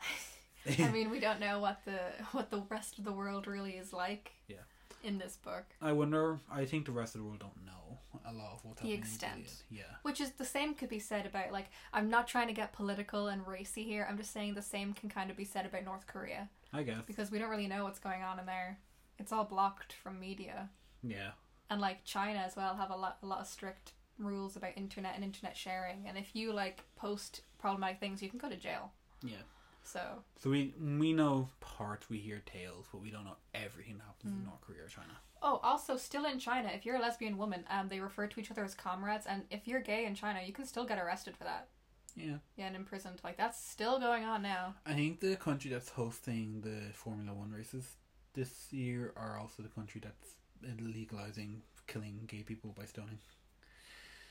A: [LAUGHS]
B: Hmm.
A: I mean, we don't know what the what the rest of the world really is like.
B: Yeah.
A: In this book,
B: [LAUGHS] I wonder. I think the rest of the world don't know a lot of what's
A: The
B: happening. in
A: extent.
B: Gilead. Yeah.
A: which is the same could be said about like I'm not trying to get political and racy here. I'm just saying the same can kind of be said about North Korea
B: I guess.
A: because we don't really know what's going on in there. It's all blocked from media,
B: Yeah.
A: and like China as well have a lot a lot of strict rules about internet and internet sharing. And if you like post problematic things, you can go to jail.
B: Yeah.
A: So
B: So we we know parts, we hear tales, but we don't know everything that happens
A: Hmm.
B: in North Korea or China.
A: Oh, also, still in China, if you're a lesbian woman, um, they refer to each other as comrades, and if you're gay in China, you can still get arrested for that.
B: Yeah.
A: Yeah, and imprisoned. Like, that's still going on now.
B: I think the country that's hosting the Formula One races this year are also the country that's legalizing killing gay people by
A: [LAUGHS]
B: stoning.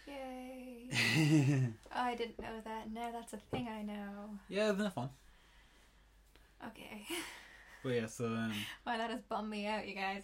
A: Yay.
B: yeah,
A: I didn't know that. Now that's a thing I know.
B: isn't that fun?
A: Okay. [LAUGHS]
B: But yeah, so um,
A: Why that has bummed me out, you guys.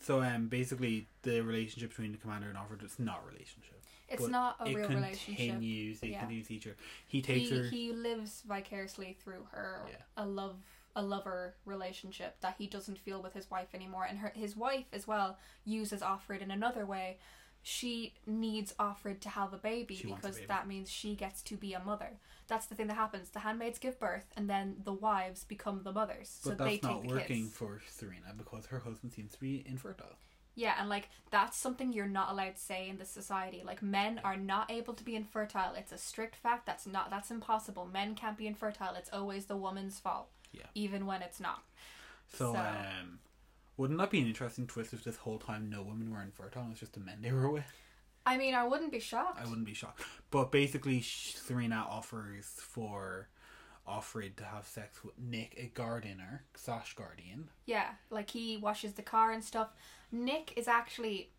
B: so um, basically the relationship between the commander and Officer it's not a relationship.
A: It's
B: But
A: not a
B: it
A: real relationship.
B: continues. It
A: Yeah.
B: continues each other. He takes
A: He,
B: her.
A: he lives vicariously through her
B: Yeah.
A: a love a lover relationship that he doesn't feel with his wife anymore and her his wife as well uses Offred in another way. She needs Offred to have a baby
B: She wants a
A: because
B: baby.
A: that means she gets to be a mother. That's the thing that happens. The handmaids give birth and then the wives become the mothers. so
B: but
A: they
B: that's
A: take
B: not
A: the
B: working
A: kids.
B: for Serena because her husband seems to be infertile.
A: Yeah, and like that's something you're not allowed to say in this society. Like men are not able to be infertile. It's a strict fact. That's not that's impossible. Men can't be infertile. It's always the woman's fault.
B: Yeah.
A: Even when it's not.
B: So,
A: So-
B: um, wouldn't that be an interesting twist if this whole time no women were infertile and it's just the men they were with?
A: I mean, I wouldn't be shocked.
B: I wouldn't be shocked. But basically, Sh- Serena offers for Offred to have sex with Nick, a gardener, slash guardian.
A: Yeah, like he washes the car and stuff. Nick is actually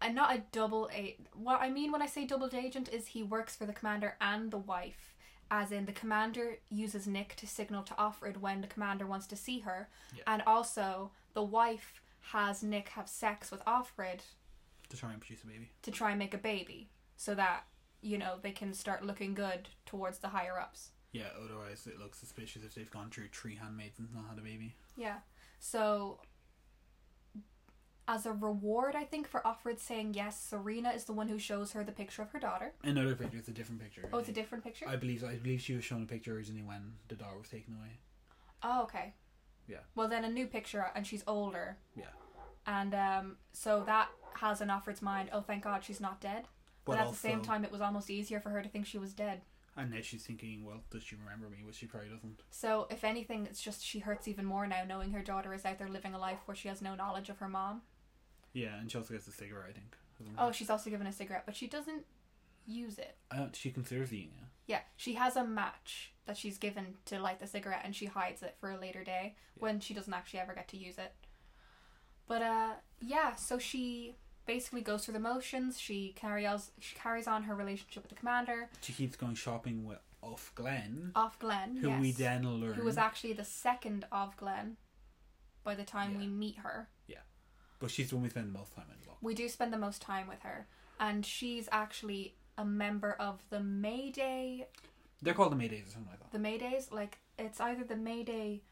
A: uh, not a double a. What I mean when I say double agent is he works for the commander and the wife. As in, the commander uses Nick to signal to Offred when the commander wants to see her,
B: Yeah.
A: and also the wife has Nick have sex with Offred
B: to try and produce a baby.
A: to try and make a baby, so that you know they can start looking good towards the higher ups.
B: Yeah, otherwise it looks suspicious if they've gone through three handmaids and not had a baby.
A: Yeah. So, as a reward, I think, for Offred saying yes, Serena is the one who shows her the picture of her daughter.
B: Another picture, it's a different picture.
A: Oh, it's a
B: I think.
A: different picture?
B: I believe I believe she was shown a picture originally when the daughter was taken away.
A: oh, okay.
B: Yeah.
A: Well, then a new picture, and she's older.
B: Yeah.
A: And um, so that has in Offred's mind, oh, thank God she's not dead. But,
B: But
A: at
B: also,
A: the same time, it was almost easier for her to think she was dead.
B: and now she's thinking, well, does she remember me? Which she probably doesn't.
A: So, if anything, it's just she hurts even more now knowing her daughter is out there living a life where she has no knowledge of her mom.
B: Yeah, and she also gets a cigarette, I think. or something.
A: Oh, she's also given a cigarette, but she doesn't use it.
B: I don't, Oh, she considers eating it.
A: Yeah, she has a match that she's given to light the cigarette and she hides it for a later day when she doesn't actually ever get to use it. But uh yeah, so she basically goes through the motions, she carries she carries on her relationship with the commander,
B: She keeps going shopping with off Glenn,
A: off Glenn,
B: who
A: yes,
B: we then learn
A: who was actually the second of Glenn by the time we
B: Yeah.
A: meet her.
B: but she's the one we spend the most time in the book.
A: We do spend the most time with her and she's actually a member of the Mayday
B: They're called the Maydays or something like that.
A: the Maydays, like it's either the Mayday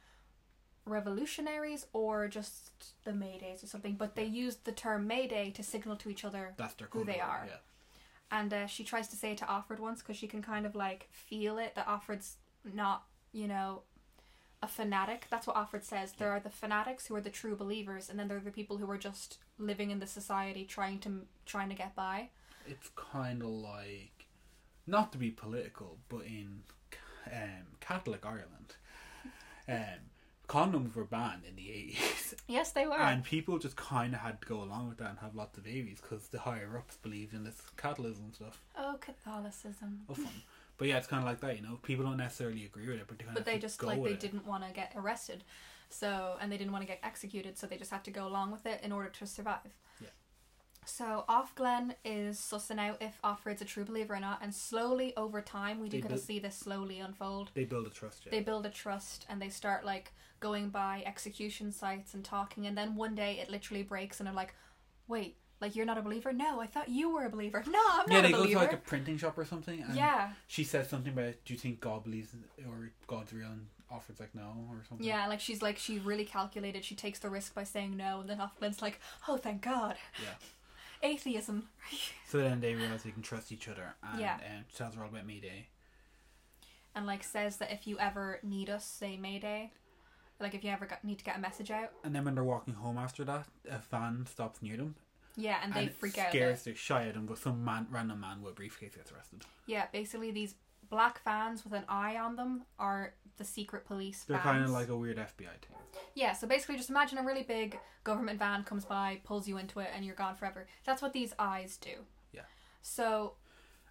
A: revolutionaries or just the Maydays or something, but they used the term Mayday to signal to each other.
B: That's their
A: Who
B: code
A: they
B: word,
A: are.
B: Yeah.
A: And uh, she tries to say it to Offred once because she can kind of like feel it that Offred's not, you know, a fanatic. That's what Offred says. There are the fanatics who are the true believers, and then there are the people who are just living in the society trying to trying to get by.
B: It's kind of like, not to be political, but in um,
A: [LAUGHS]
B: Catholic Ireland, um, condoms were banned in
A: [LAUGHS]
B: the 80s.
A: Yes, they were.
B: And people just kind of had to go along with that and have lots of babies because the higher ups believed in this Catholicism stuff.
A: oh, Catholicism.
B: Of
A: [LAUGHS]
B: fun. But yeah, it's kind of like that, you know. People don't necessarily agree with it, but they kind
A: but
B: of
A: they
B: have to
A: just
B: go
A: like
B: with
A: they
B: it.
A: didn't want to get arrested so and they didn't want to get executed so they just had to go along with it in order to survive
B: Yeah.
A: so off glen is sussing out if offred's a true believer or not and slowly over time we do
B: They
A: get to
B: built-
A: see this slowly unfold
B: They build a trust. Yeah.
A: they build a trust and they start like going by execution sites and talking and then one day it literally breaks and they're like wait like you're not a believer no i thought you were a believer [LAUGHS] no i'm not
B: yeah,
A: a
B: they go to
A: believer
B: like a printing shop or something, and
A: yeah
B: she says something about, "Do you think God believes in, or God's real?" And Alfred's like, "No," or something.
A: Yeah, like she's like she really calculated. She takes the risk by saying no, and then Hoffman's like, "Oh, thank God,
B: Yeah.
A: atheism." [LAUGHS]
B: So then they realize they can trust each other, and
A: Yeah.
B: um, she tells her all about Mayday.
A: and like says that if you ever need us, say Mayday. Like if you ever got, need to get a message out,
B: And then when they're walking home after that, a van stops near them,
A: yeah, and they
B: and it
A: freak out.
B: scares the shy at them. But some man, random man with a briefcase gets arrested.
A: Yeah, basically these black vans with an eye on them are the secret police.
B: They're
A: vans.
B: kind of like a weird FBI thing.
A: yeah. So basically, just imagine a really big government van comes by, pulls you into it, and you're gone forever. That's what these eyes do.
B: Yeah.
A: So.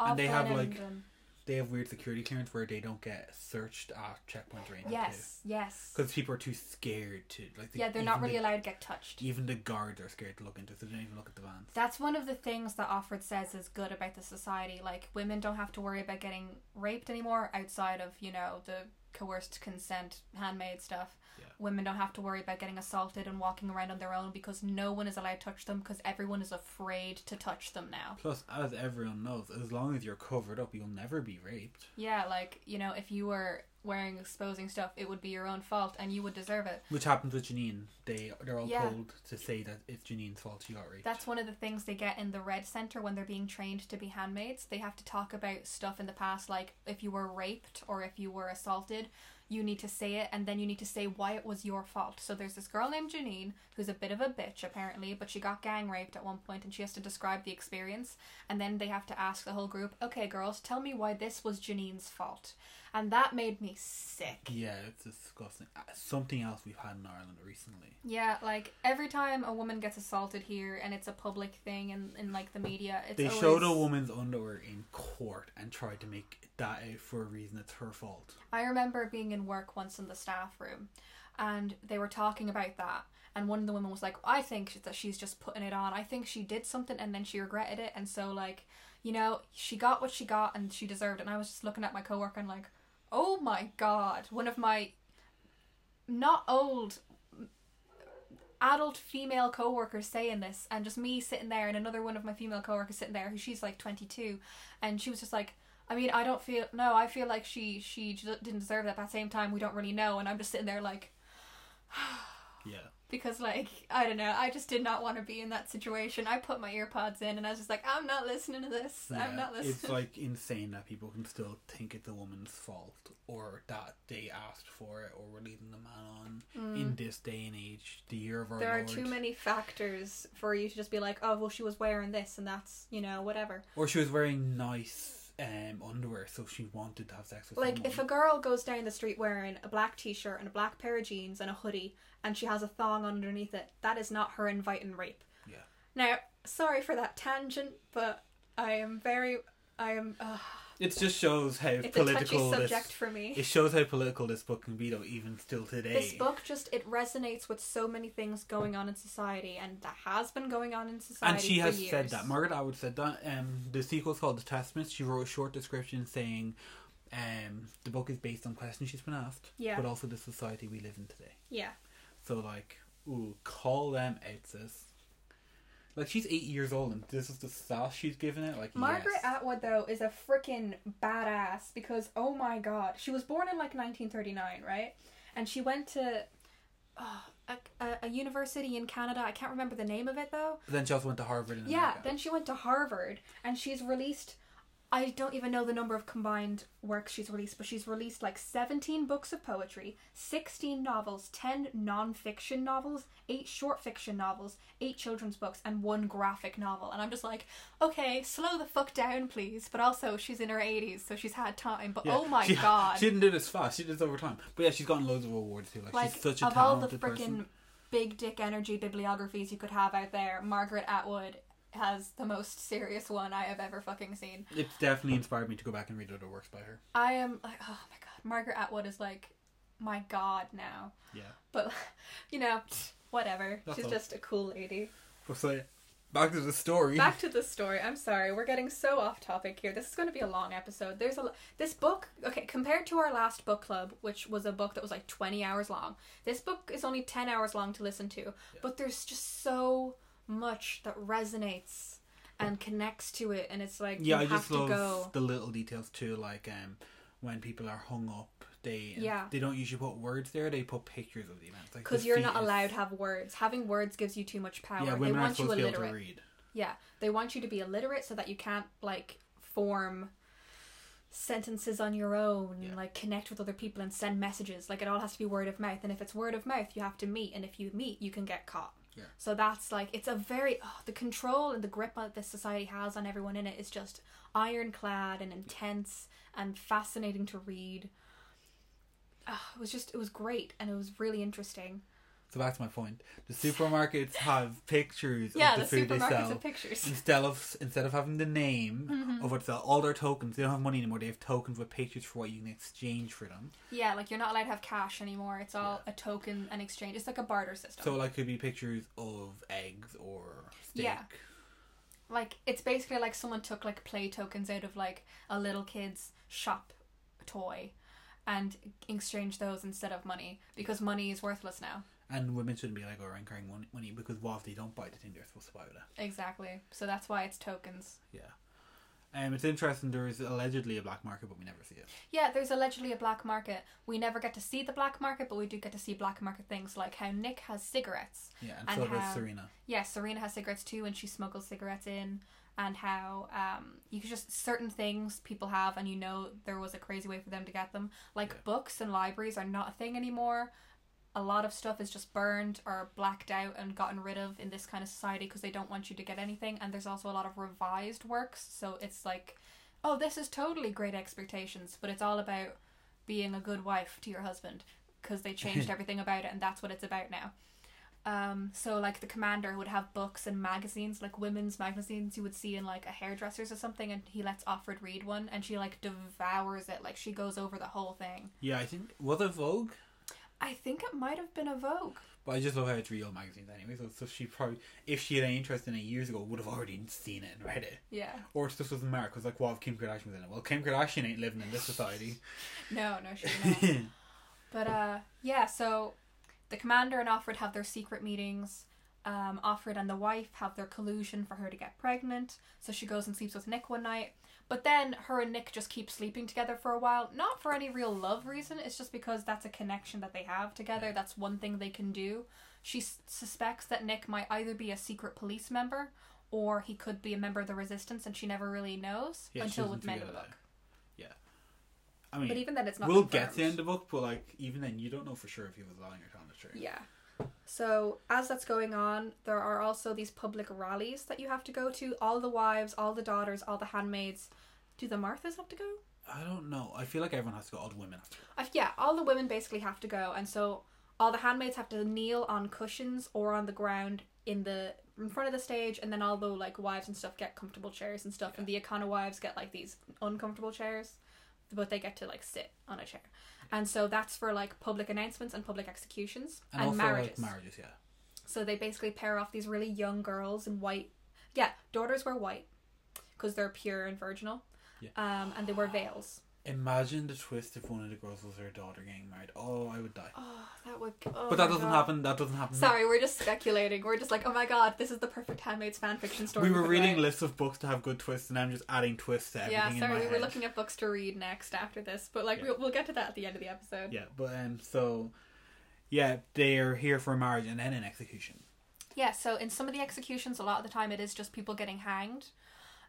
B: And they have,
A: Hoffman
B: like,
A: um,
B: They have weird security clearance where they don't get searched at checkpoint or anything.
A: yes, yes.
B: Because people are too scared to like.
A: Yeah, they're not
B: even
A: really
B: The,
A: allowed to get touched.
B: even the guards are scared to look into, it, so they don't even look at the vans.
A: That's one of the things that Offred says is good about the society. Like, women don't have to worry about getting raped anymore outside of, you know, the coerced consent, handmade stuff.
B: Yeah.
A: Women don't have to worry about getting assaulted and walking around on their own because no one is allowed to touch them because everyone is afraid to touch them now.
B: Plus, as everyone knows, as long as you're covered up, you'll never be raped.
A: Yeah, like, you know, if you were wearing exposing stuff, it would be your own fault and you would deserve it.
B: Which happens with Janine. They they're all
A: Yeah.
B: told to say that it's Janine's fault she got raped.
A: That's one of the things they get in the Red Center when they're being trained to be handmaids. They have to talk about stuff in the past, like if you were raped or if you were assaulted, you need to say it and then you need to say why it was your fault. So there's this girl named Janine who's a bit of a bitch apparently, but she got gang raped at one point and she has to describe the experience. And then they have to ask the whole group, okay, girls, tell me why this was Janine's fault. And that made me sick.
B: yeah, it's disgusting. Uh, Something else we've had in Ireland recently.
A: Yeah, like every time a woman gets assaulted here and it's a public thing and in like the media, it's
B: They
A: always...
B: showed a woman's underwear in court and tried to make that out for a reason it's her fault.
A: I remember being in work once in the staff room and they were talking about that. And one of the women was like, I think that she's just putting it on. I think she did something and then she regretted it. And so, like, you know, she got what she got and she deserved it. And I was just looking at my coworker and, like, oh my God, one of my not old m- adult female coworkers saying this. And just me sitting there and another one of my female coworkers sitting there who she's like 22. And she was just like, I mean, I don't feel no. I feel like she she j- didn't deserve that. But at the same time, we don't really know, and I'm just sitting there like,
B: Yeah.
A: because like I don't know, I just did not want to be in that situation. I put my earpods in and I was just like, I'm not listening to this. I'm
B: Yeah,
A: not listening.
B: It's like insane that people can still think it's a woman's fault or that they asked for it or we're leading the man on in this day and age, the year of our
A: Mm. there are
B: Lord.
A: too many factors for you to just be like, oh well, she was wearing this and that's you know whatever.
B: Or she was wearing nice um, underwear, so she wanted to have sex with
A: Like
B: someone.
A: if a girl goes down the street wearing a black t-shirt and a black pair of jeans and a hoodie and she has a thong underneath it, that is not her inviting rape.
B: Yeah.
A: Now, sorry for that tangent, but I am very, I am. Uh,
B: It just shows how
A: it's a touchy
B: political this.
A: subject for me.
B: It shows how political this book can be, though, even still today.
A: This book just it resonates with so many things going on in society and that has been going on in society.
B: and she
A: for
B: has
A: years.
B: said that Margaret Atwood said that. Um, the sequel's called The Testaments. She wrote a short description saying, um, the book is based on questions she's been asked,
A: Yeah.
B: but also the society we live in today.
A: yeah,
B: So like, ooh, call them out, sis. Like she's eight years old, and this is the sass she's given it. Like
A: Margaret
B: yes.
A: Atwood though is a freaking badass because oh my god, she was born in like 1939, right? And she went to oh, a, a, a university in Canada. I can't remember the name of it though.
B: But then she also went to Harvard. In
A: Yeah,
B: America.
A: then she went to Harvard and she's released I don't even know the number of combined works she's released, but she's released like 17 books of poetry, 16 novels, 10 non fiction novels, 8 short fiction novels, 8 children's books, and 1 graphic novel. And I'm just like, okay, slow the fuck down, please. But also, she's in her 80s, so she's had time. But
B: Yeah,
A: oh my
B: she-
A: god.
B: She didn't do this fast. She did this over time. But yeah, she's gotten loads of awards too. Like,
A: like,
B: she's such a
A: of all the
B: talented person.
A: frickin' big dick energy bibliographies you could have out there, Margaret Atwood has the most serious one I have ever fucking seen.
B: It's definitely inspired me to go back and read other works by her.
A: I am like, oh my god, Margaret Atwood is like my god now.
B: Yeah.
A: But [LAUGHS] you know, whatever.
B: That's
A: She's
B: all.
A: just a cool lady.
B: But so back to the story.
A: Back to the story. I'm sorry, we're getting so off topic here. This is going to be a long episode. There's a lo- this book. Okay, compared to our last book club, which was a book that was like 20 hours long, this book is only 10 hours long to listen to. But there's just so much that resonates and connects to it, and it's like
B: yeah,
A: you
B: I
A: have
B: just
A: to
B: love
A: go.
B: the little details too, like um when people are hung up, they
A: Yeah.
B: they don't usually put words there, they put pictures of the events. Like,
A: because
B: the
A: you're not
B: fetus.
A: allowed to have words. Having words gives you too much power.
B: Yeah,
A: they
B: women
A: want
B: aren't
A: you
B: supposed to be able to
A: illiterate.
B: read.
A: Yeah, they want you to be illiterate so that you can't like form sentences on your own,
B: Yeah.
A: like connect with other people and send messages. Like it all has to be word of mouth, and if it's word of mouth, you have to meet, and if you meet, you can get caught.
B: Yeah.
A: So that's like it's a very oh, the control and the grip that this society has on everyone in it is just ironclad and intense and fascinating to read. Ah, it was just it was great and it was really interesting.
B: So that's my point. The supermarkets have pictures
A: Yeah, the,
B: of the, food they
A: supermarkets
B: sell.
A: and pictures. Mm-hmm.
B: Instead of instead of having the name of what they sell, all their tokens they don't have money anymore. They have tokens with pictures for what you can exchange for them.
A: Yeah, like you're not allowed to have cash anymore. It's all a token and exchange. It's like a barter system.
B: So like could be pictures of eggs or steak.
A: Yeah. like it's basically like someone took like play tokens out of like a little kid's shop toy and exchanged those instead of money because money is worthless now.
B: And women shouldn't be like around carrying mon- money because what if they don't buy the thing they're supposed to buy with it?
A: Exactly. So that's why it's tokens.
B: Yeah. Um, it's interesting. There is allegedly a black market, but we never see it.
A: Yeah, there's allegedly a black market. We never get to see the black market, but we do get to see black market things like how Nick has cigarettes.
B: Yeah, and,
A: And
B: so does
A: how-
B: Serena.
A: yeah, Serena has cigarettes too, and she smuggles cigarettes in, and how um, you could just certain things people have, and you know there was a crazy way for them to get them. Like
B: Yeah.
A: books and libraries are not a thing anymore. A lot of stuff is just burned or blacked out and gotten rid of in this kind of society because they don't want you to get anything. And there's also a lot of revised works, so it's like, oh, this is totally Great Expectations, but it's all about being a good wife to your husband because they changed everything about it, and that's what it's about now. Um, so like the commander would have books and magazines, like women's magazines you would see in like a hairdresser's or something, and he lets Offred read one, and she like devours it, like she goes over the whole thing.
B: Yeah, I think was it Vogue,
A: I think it might have been a Vogue.
B: but I just love how it's real magazines anyway. So stuff she probably, if she had any interest in it years ago, would have already seen it and read it.
A: Yeah.
B: Or stuff doesn't matter because like, what if Kim Kardashian was in it? Well, Kim Kardashian ain't living in
A: [LAUGHS]
B: this society. [LAUGHS]
A: No, no, she not. But uh, yeah, so the commander and Offred have their secret meetings. Um, Offred and the wife have their collusion for her to get pregnant. So she goes and sleeps with Nick one night. But then her and Nick just keep sleeping together for a while, not for any real love reason. It's just because that's a connection that they have together.
B: Yeah.
A: That's one thing they can do. She s- suspects that Nick might either be a secret police member or he could be a member of the resistance, and she never really knows
B: Yeah, she
A: until
B: doesn't
A: with Men in the
B: figure that
A: Book.
B: out. I mean,
A: But even then, it's not.
B: we'll
A: confirmed.
B: get to the end of the book, but like even then, you don't know for sure if he was lying or telling the truth.
A: Yeah. So as that's going on, there are also these public rallies that you have to go to. All the wives, all the daughters, all the handmaids. Do the Marthas have to go?
B: I don't know. I feel like everyone has to go. All the women have to. Go.
A: Uh, yeah, all the women basically have to go, and so all the handmaids have to kneel on cushions or on the ground in the in front of the stage, and then all the like wives and stuff get comfortable chairs and stuff, and the Econo wives get like these uncomfortable chairs, but they get to like sit on a chair, and so that's for like public announcements and public executions and,
B: also, like,
A: marriages.
B: marriages, yeah.
A: So they basically pair off these really young girls in white. Yeah, daughters wear white because they're pure and virginal.
B: Yeah.
A: Um, and they wear veils.
B: Imagine the twist if one of the girls was her daughter getting married. Oh, I would die.
A: Oh, that would. Oh
B: but that
A: my
B: doesn't
A: God.
B: happen. That doesn't happen.
A: Sorry, we're just speculating. We're just like, oh my god, this is the perfect Handmaid's fanfiction story.
B: we were
A: could
B: reading
A: write.
B: lists of books to have good twists, and I'm just adding twists to everything.
A: Yeah,
B: in my
A: sorry, we were
B: head.
A: looking at books to read next after this, but like
B: Yeah.
A: we'll, we'll get to that at the end of the episode.
B: Yeah, but um, so yeah, they are here for a marriage and then an execution.
A: Yeah, so in some of the executions, a lot of the time it is just people getting hanged,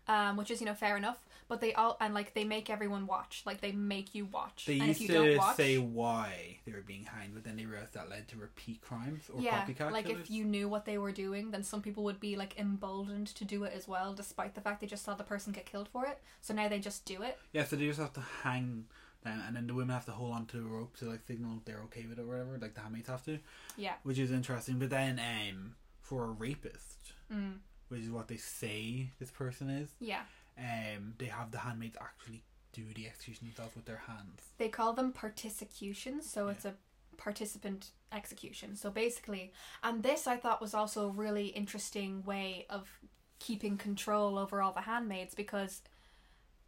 A: um, which is you know fair enough. But they all and like they make everyone watch, like they make you watch.
B: They
A: and
B: used
A: if you
B: to
A: don't watch,
B: say why they were being hanged, but then they realized that led to repeat crimes or
A: yeah,
B: copycat
A: like
B: killers.
A: if you knew what they were doing, then some people would be like emboldened to do it as well, despite the fact they just saw the person get killed for it. So now they just do it.
B: Yeah, so they just have to hang them, and then the women have to hold on to the rope to like signal they're okay with it or whatever. Like the handmaids have to,
A: Yeah.
B: which is interesting. But then, um, for a rapist,
A: Mm.
B: which is what they say this person is,
A: Yeah.
B: um, they have the handmaids actually do the execution themselves with their hands.
A: They call them particicutions, so it's a participant execution. So basically, and this I thought was also a really interesting way of keeping control over all the handmaids because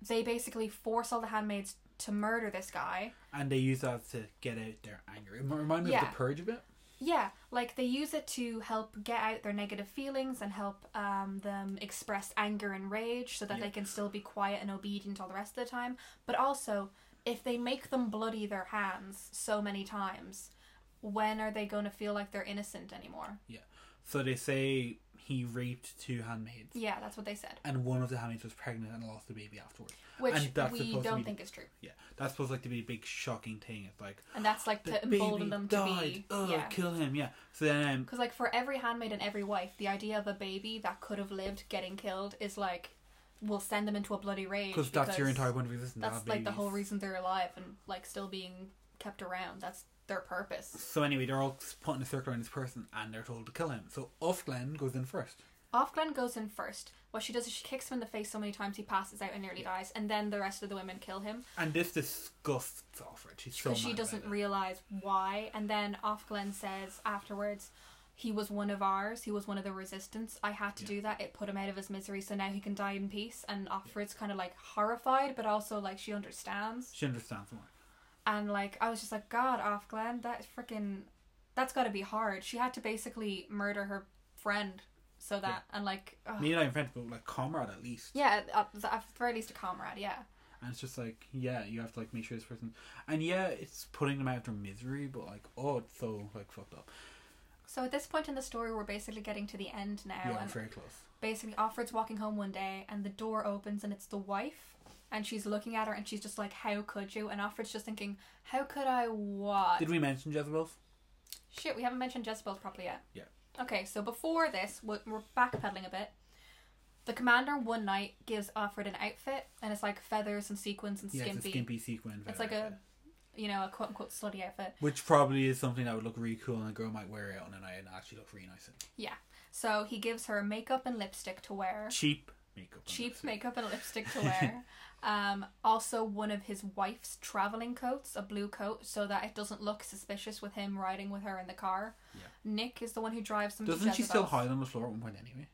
A: they basically force all the handmaids to murder this guy.
B: and they use that to get out their anger. It reminds me
A: Yeah.
B: of the purge a bit.
A: Yeah, like they use it to help get out their negative feelings and help um, them express anger and rage so that
B: Yeah.
A: they can still be quiet and obedient all the rest of the time. But also, if they make them bloody their hands so many times, when are they going to feel like they're innocent anymore?
B: So they say he raped two handmaids,
A: Yeah, that's what they said.
B: and one of the handmaids was pregnant and lost the baby afterwards.
A: Which
B: And that's
A: we
B: supposed to
A: don't
B: be-
A: think is true.
B: Yeah, that's supposed like to be a big shocking thing. It's like
A: And that's like
B: the
A: to
B: baby
A: embolden them to
B: died.
A: be.
B: Oh,
A: yeah.
B: kill him! Yeah. So then, um,
A: Because, like, for every handmaid and every wife, the idea of a baby that could have lived getting killed is like, we'll send them into a bloody rage.
B: cause that's your
A: because-
B: entire point of view. isn't it?
A: That's
B: Have
A: like the whole
B: babies.
A: reason they're alive and like still being kept around. That's their purpose.
B: So anyway, they're all put in a circle around this person, and they're told to kill him. So off Glenn goes in first.
A: Off Glenn goes in first. What she does is she kicks him in the face so many times he passes out and nearly dies, and then the rest of the women kill him
B: And this disgusts Alfred. She's so
A: because
B: mad
A: she
B: about
A: doesn't
B: it.
A: realize why. And then Off Glenn says afterwards, "He was one of ours. He was one of the resistance. I had to
B: Yeah.
A: do that. It put him out of his misery. So now he can die in peace." And Offred's kind of like horrified, but also like she understands.
B: She understands more.
A: and like I was just like, God, off Glenn, that freaking, that's got to be hard. She had to basically murder her friend so that and like, ugh.
B: Me and I in friends, but like comrade at least.
A: yeah, at, at the very least a comrade, yeah,
B: And it's just like, yeah, you have to like make sure this person, and yeah, it's putting them out of their misery, but like, oh, it's so like fucked up.
A: So at this point in the story, we're basically getting to the end now,
B: Yeah,
A: and
B: it's very close.
A: basically Offred's walking home one day, and the door opens, and it's the wife. And she's looking at her, and she's just like, "How could you?" And Offred's just thinking, "How could I? What?"
B: Did we mention Jezebel's?
A: Shit, we haven't mentioned Jezebel's properly yet.
B: Yeah.
A: Okay, so before this, we're we're backpedaling a bit. The commander one night gives Alfred an outfit, and it's like feathers and sequins and
B: Yeah,
A: skimpy.
B: it's a skimpy sequin.
A: It's like a, you know, a quote unquote slutty outfit.
B: Which probably is something that would look really cool, and a girl might wear it on a night and actually look really nice. In.
A: So he gives her makeup and lipstick to wear.
B: Cheap makeup.
A: Cheap makeup and lipstick
B: [LAUGHS]
A: to wear. um, also, one of his wife's traveling coats, a blue coat, so that it doesn't look suspicious with him riding with her in the car.
B: Yeah.
A: Nick is the one who drives them. to
B: Doesn't she still
A: Jezebel's.
B: hide on the floor at one point anyway?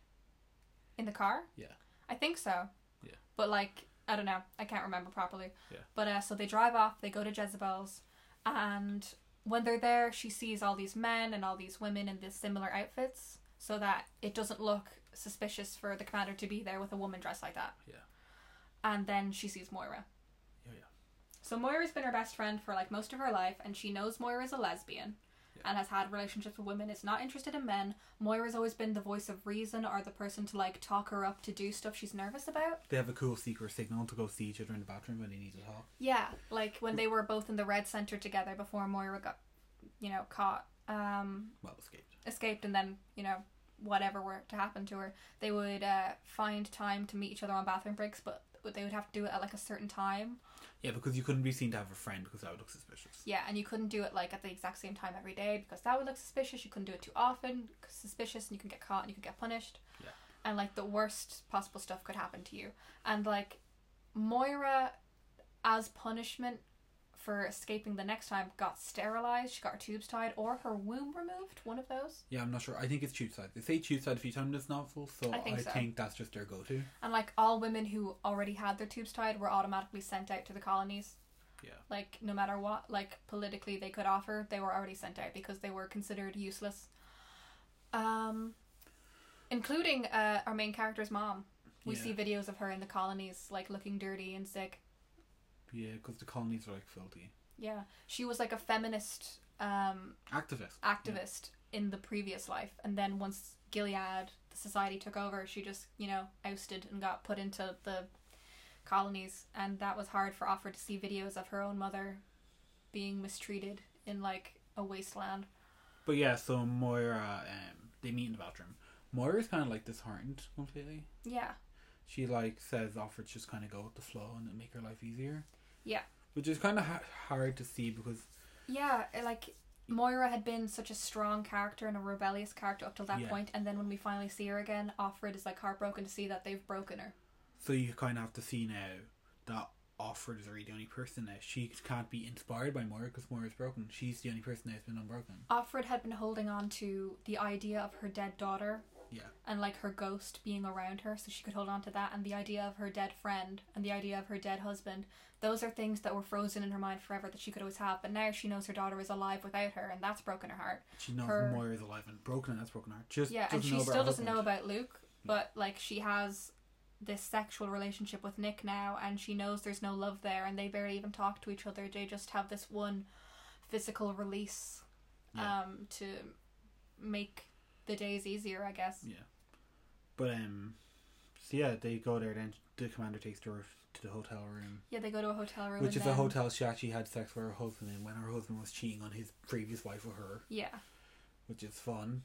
A: In the car?
B: Yeah.
A: I think so.
B: Yeah.
A: But like, I don't know. I can't remember properly.
B: Yeah.
A: But uh, so they drive off. They go to Jezebel's, and when they're there, she sees all these men and all these women in these similar outfits, so that it doesn't look suspicious for the commander to be there with a woman dressed like that.
B: Yeah.
A: and then she sees Moira.
B: Yeah, yeah.
A: So Moira's been her best friend for like most of her life, and she knows Moira's a lesbian
B: Yeah.
A: and has had relationships with women. Is not interested in men. Moira's always been the voice of reason or the person to like talk her up to do stuff she's nervous about.
B: They have a cool secret signal to go see each other in the bathroom when they need to talk.
A: Yeah, like when they were both in the red center together before Moira got, you know, caught, um,
B: Well, escaped.
A: escaped, and then you know whatever were to happen to her, they would uh, find time to meet each other on bathroom breaks, but they would have to do it at like a certain time.
B: Yeah, because you couldn't be seen to have a friend because that would look suspicious.
A: Yeah, and you couldn't do it like at the exact same time every day because that would look suspicious. You couldn't do it too often, 'cause suspicious, and you could get caught and you could get punished.
B: Yeah.
A: And like the worst possible stuff could happen to you. And like Moira, as punishment for escaping the next time, got sterilized. She got her tubes tied or her womb removed. One of those.
B: Yeah, I'm not sure. I think it's tube side. They say tube side a few times in this novel, so
A: I
B: I
A: think
B: think,
A: so.
B: that's just their go to.
A: And like all women who already had their tubes tied were automatically sent out to the colonies.
B: Yeah.
A: Like no matter what, like politically they could offer, they were already sent out because they were considered useless. Um, including uh, our main character's mom. We
B: Yeah.
A: see videos of her in the colonies, like looking dirty and sick.
B: Yeah, because the colonies are like filthy.
A: Yeah, she was like a feminist um,
B: Activist.
A: activist in the previous life, and then once Gilead, the society took over, she just you know ousted and got put into the colonies, and that was hard for Offer to see videos of her own mother being mistreated in like a wasteland.
B: But yeah, so Moira, um, they meet in the bathroom. Moira's kind of like disheartened completely.
A: Yeah,
B: She like says Alfred just kind of go with the flow and it'll make her life easier.
A: Yeah.
B: Which is kind of ha- hard to see because
A: yeah, it, like. Moira had been such a strong character and a rebellious character up till that
B: Yeah.
A: point, and then when we finally see her again, Offred is like heartbroken to see that they've broken her.
B: so you kind of have to see now that Alfred is really the only person now. She can't be inspired by Moira because Moira's broken. She's the only person now that's been unbroken.
A: Offred had been holding on to the idea of her dead daughter
B: Yeah.
A: and like her ghost being around her so she could hold on to that and the idea of her dead friend and the idea of her dead husband those are things that were frozen in her mind forever that she could always have but now she knows her daughter is alive without her and that's broken her heart
B: She knows
A: Her-
B: Moira's alive and broken and that's broken her. Just
A: yeah and
B: doesn't
A: she
B: know about
A: still
B: her
A: doesn't know
B: husband.
A: about luke but like she has this sexual relationship with nick now and she knows there's no love there and they barely even talk to each other they just have this one physical release
B: Yeah.
A: um to make the days easier i guess
B: Yeah. But um, so yeah, they go there. Then the commander takes her to the hotel room,
A: yeah they go to a hotel room
B: which
A: and
B: is a
A: then-
B: hotel she actually had sex with her husband in when her husband was cheating on his previous wife with her,
A: yeah
B: which is fun.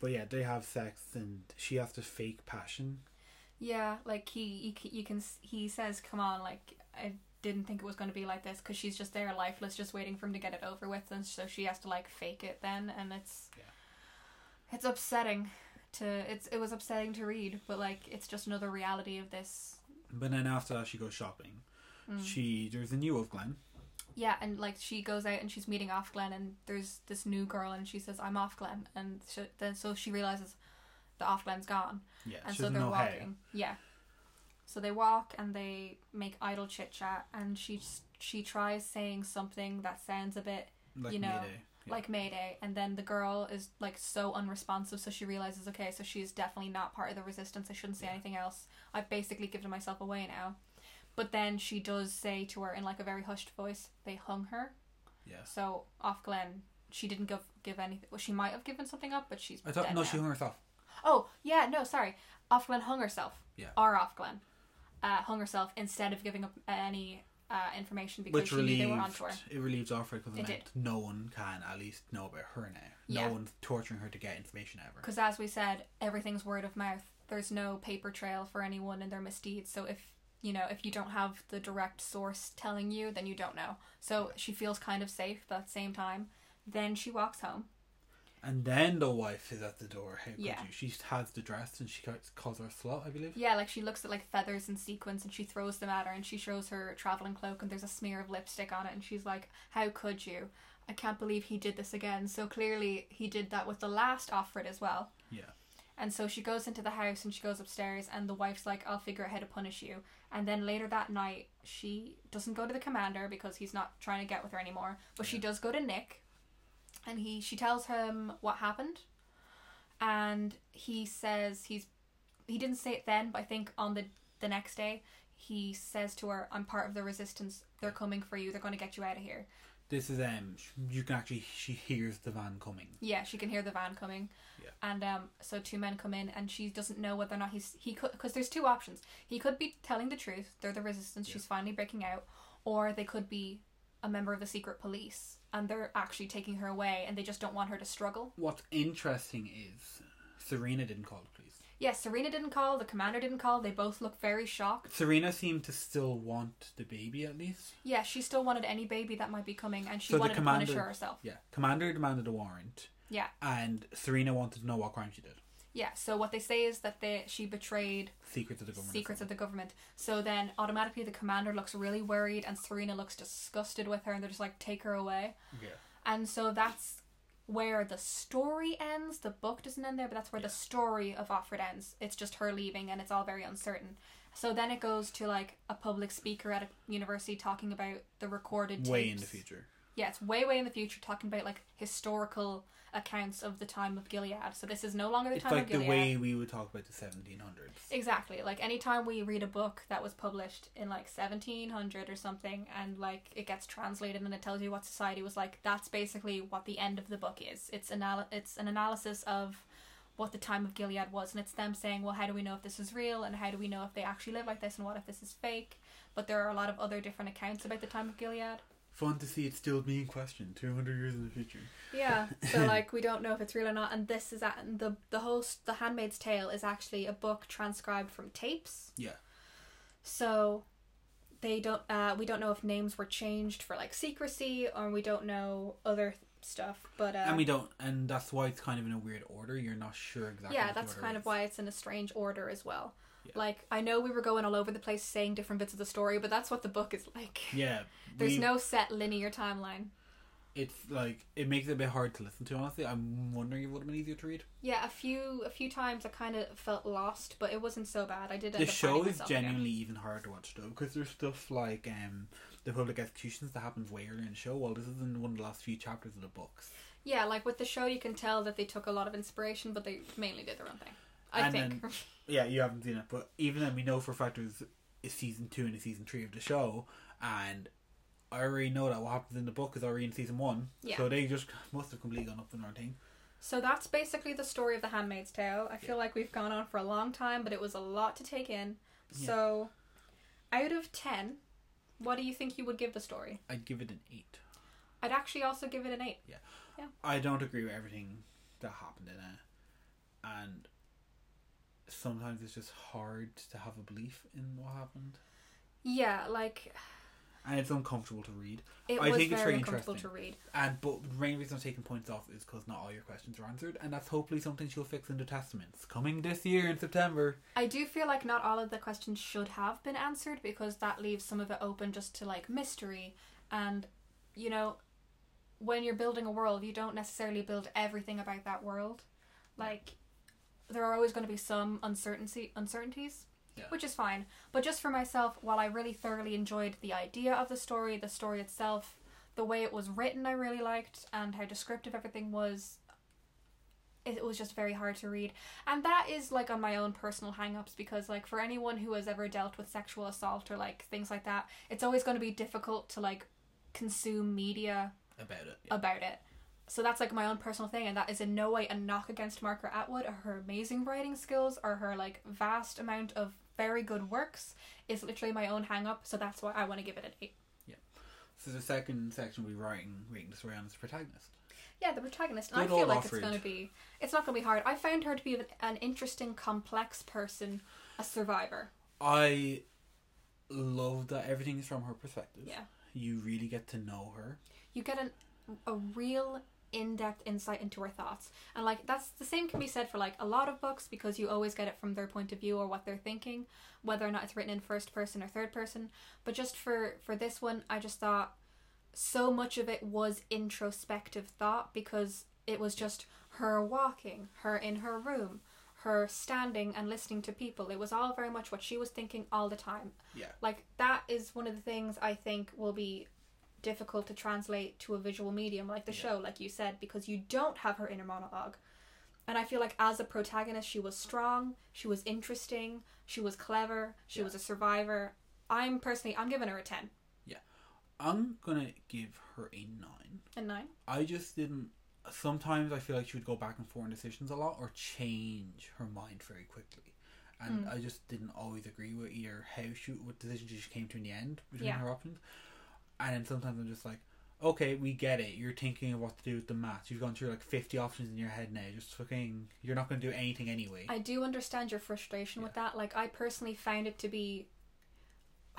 B: But yeah, they have sex, and she has to fake passion.
A: Yeah, like he, he c- you can s- he says, "Come on, like I didn't think it was going to be like this," because she's just there, lifeless, just waiting for him to get it over with, and so she has to like fake it then, and it's
B: Yeah.
A: it's upsetting to it's it was upsetting to read, but like it's just another reality of this.
B: But then after that, she goes shopping.
A: Mm.
B: She there's a new of Glen.
A: Yeah, and like she goes out and she's meeting off Glen, and there's this new girl, and she says, "I'm off Glen," and so, then so she realizes the off Glen's gone.
B: Yeah,
A: and
B: she
A: so
B: doesn't
A: they're
B: know
A: walking.
B: how.
A: Yeah. So they walk and they make idle chit chat, and she s- she tries saying something that sounds a bit
B: Like
A: you know,
B: Mayday. Yeah.
A: like Mayday, and then the girl is like so unresponsive, so she realizes, okay, so she's definitely not part of the resistance. I shouldn't say
B: Yeah.
A: anything else. I've basically given myself away now. But then she does say to her in like a very hushed voice, they hung her.
B: Yeah.
A: So off Glen, she didn't give give anything. Well, she might have given something up, but she's
B: I thought
A: dead
B: no,
A: now.
B: she hung herself.
A: Oh, yeah, no, sorry. Off Glen hung herself.
B: Yeah.
A: Or Off Glen uh, hung herself instead of giving up any uh, information because
B: Which
A: she knew they were on
B: relieved
A: tour.
B: it relieved Alfred because
A: It
B: meant no one can at least know about her now.
A: Yeah.
B: No one's torturing her to get information ever.
A: Because as we said, everything's word of mouth. There's no paper trail for anyone and their misdeeds. So if you know if you don't have the direct source telling you, then you don't know. So she feels kind of safe, but at the same time, then she walks home.
B: And then the wife is at the door. How could
A: Yeah.
B: you? She has the dress and she ca- calls her a slut, I believe.
A: Yeah, like she looks at like feathers and sequins and she throws them at her and she shows her traveling cloak and there's a smear of lipstick on it and she's like, How could you? I can't believe he did this again. So clearly he did that with the last Offred as well.
B: Yeah.
A: And so she goes into the house and she goes upstairs and the wife's like, I'll figure out how to punish you. And then later that night, she doesn't go to the commander because he's not trying to get with her anymore, but she
B: Yeah.
A: does go to Nick and he she tells him what happened and he says he's he didn't say it then, but I think on the the next day he says to her, "I'm part of the resistance. They're coming for you. They're going to get you out of here."
B: This is um sh- you can actually she hears the van coming.
A: Yeah, she can hear the van coming.
B: Yeah.
A: And um, so two men come in, and she doesn't know whether or not he's he could because there's two options. He could be telling the truth. They're the resistance.
B: Yeah.
A: She's finally breaking out, or they could be a member of the secret police, and they're actually taking her away, and they just don't want her to struggle.
B: What's interesting is Serena didn't call the police.
A: Yes, Serena didn't call. The commander didn't call. They both look very shocked.
B: Serena seemed to still want the baby at least.
A: Yeah, she still wanted any baby that might be coming, and she
B: So the
A: wanted to punish
B: commander-
A: her herself.
B: Yeah. Commander demanded a warrant.
A: Yeah.
B: And Serena wanted to know what crime she did.
A: Yeah. So what they say is that they she betrayed
B: Secrets of the government.
A: secrets of the government. So then automatically the commander looks really worried and Serena looks disgusted with her and they're just like take her away.
B: Yeah.
A: And so that's where the story ends. The book doesn't end there, but that's where the story of Offred ends. It's just her leaving and it's all very uncertain. So then it goes to like a public speaker at a university talking about the recorded
B: Way in
A: tapes.
B: the future.
A: Yeah, it's way way in the future talking about like historical accounts of the time of Gilead. So this is no longer the
B: It's
A: time
B: like
A: of
B: the
A: Gilead.
B: way we would talk about the 1700s.
A: Exactly. Like anytime we read a book that was published in like 1700 or something and like it gets translated and it tells you what society was like, that's basically what the end of the book is. It's anal- it's an analysis of what the time of Gilead was and it's them saying, "Well, how do we know if this is real and how do we know if they actually lived like this and what if this is fake?" But there are a lot of other different accounts about the time of Gilead.
B: Fun to see it still being questioned 200 years in the future.
A: Yeah, so like we don't know if it's real or not, and this is at and the the whole s- the Handmaid's Tale is actually a book transcribed from tapes.
B: Yeah.
A: So they don't uh, we don't know if names were changed for like secrecy, or we don't know other th- stuff. But uh,
B: and we don't, and that's why it's kind of in a weird order. You're not sure exactly.
A: yeah,
B: what the
A: that's
B: order
A: kind
B: is.
A: of why it's in a strange order as well.
B: Yeah.
A: Like I know we were going all over the place saying different bits of the story, but that's what the book is like.
B: Yeah,
A: [LAUGHS] There's
B: we-
A: no set linear timeline.
B: It's like it makes it a bit hard to listen to. Honestly, I'm wondering if it would have been easier to read.
A: Yeah, a few a few times I kind of felt lost, but it wasn't so bad. I did. End
B: the
A: up
B: show
A: finding
B: is
A: myself again.
B: genuinely even hard to watch though, because there's stuff like um the public executions that happens way earlier in the show. Well, this is in one of the last few chapters of the books.
A: Yeah, like with the show, you can tell that they took a lot of inspiration, but they mainly did their own thing. I
B: And
A: think. [LAUGHS]
B: Yeah, you haven't seen it, but even then, we know for a fact there's a season two and a season three of the show, and I already know that what happens in the book is already in season one.
A: Yeah.
B: So they just must have completely gone up the wrong thing.
A: so that's basically the story of The Handmaid's Tale. I feel like we've gone on for a long time, but it was a lot to take in.
B: Yeah.
A: So, out of 10, what do you think you would give the story?
B: I'd give it an eight.
A: I'd actually also give it an 8.
B: I don't agree with everything that happened in it, and sometimes it's just hard to have a belief in what happened,
A: Yeah, like,
B: and it's uncomfortable to read.
A: it
B: I
A: was
B: think it's
A: very
B: very
A: uncomfortable to
B: interesting.
A: read.
B: And but the main reason I'm taking points off is because not all your questions are answered, and that's hopefully something she'll fix in the testaments coming this year in September.
A: I do feel like not all of the questions should have been answered because that leaves some of it open just to like mystery. And, you know, when you're building a world, you don't necessarily build everything about that world. Like, there are always going to be some uncertainty uncertainties,
B: Yeah.
A: which is fine. But just for myself, while I really thoroughly enjoyed the idea of the story, the story itself, the way it was written, I really liked, and how descriptive everything was. It was just very hard to read, and that is like on my own personal hang-ups because like for anyone who has ever dealt with sexual assault or like things like that, it's always going to be difficult to like consume media
B: About it,
A: about it. So that's like my own personal thing, and that is in no way a knock against Margaret Atwood or her amazing writing skills or her like vast amount of very good works. Is literally my own hang up, so that's why I want to give it an eight.
B: So the second section we're writing, reading this around is the protagonist.
A: Yeah, the protagonist. And I
B: Good
A: feel
B: old
A: like
B: Offred.
A: it's gonna be, it's not gonna be hard. I found her to be an interesting, complex person, a survivor.
B: I love that everything is from her perspective.
A: Yeah,
B: You really get to know her.
A: you get an, a real in-depth insight into her thoughts and like that's the same can be said for like a lot of books because you always get it from their point of view or what they're thinking whether or not it's written in first person or third person but just for for this one i just thought so much of it was introspective thought because it was just her walking her in her room her standing and listening to people it was all very much what she was thinking all the time
B: Yeah.
A: like that is one of the things i think will be difficult to translate to a visual medium like the
B: Yeah.
A: show like you said because you don't have her inner monologue and i feel like as a protagonist she was strong she was interesting she was clever she
B: Yeah.
A: was a survivor I'm personally, I'm giving her a 10
B: I'm gonna give her a nine.
A: and 9.
B: I just didn't. Sometimes I feel like she would go back and forth in decisions a lot or change her mind very quickly. And
A: Mm.
B: I just didn't always agree with either how she, what decision she came to in the end between
A: Yeah.
B: her options. And then sometimes I'm just like, okay, we get it. You're thinking of what to do with the maths. You've gone through like 50 options in your head now. Just fucking, you're not gonna do anything anyway.
A: I do understand your frustration with that. Like, I personally found it to be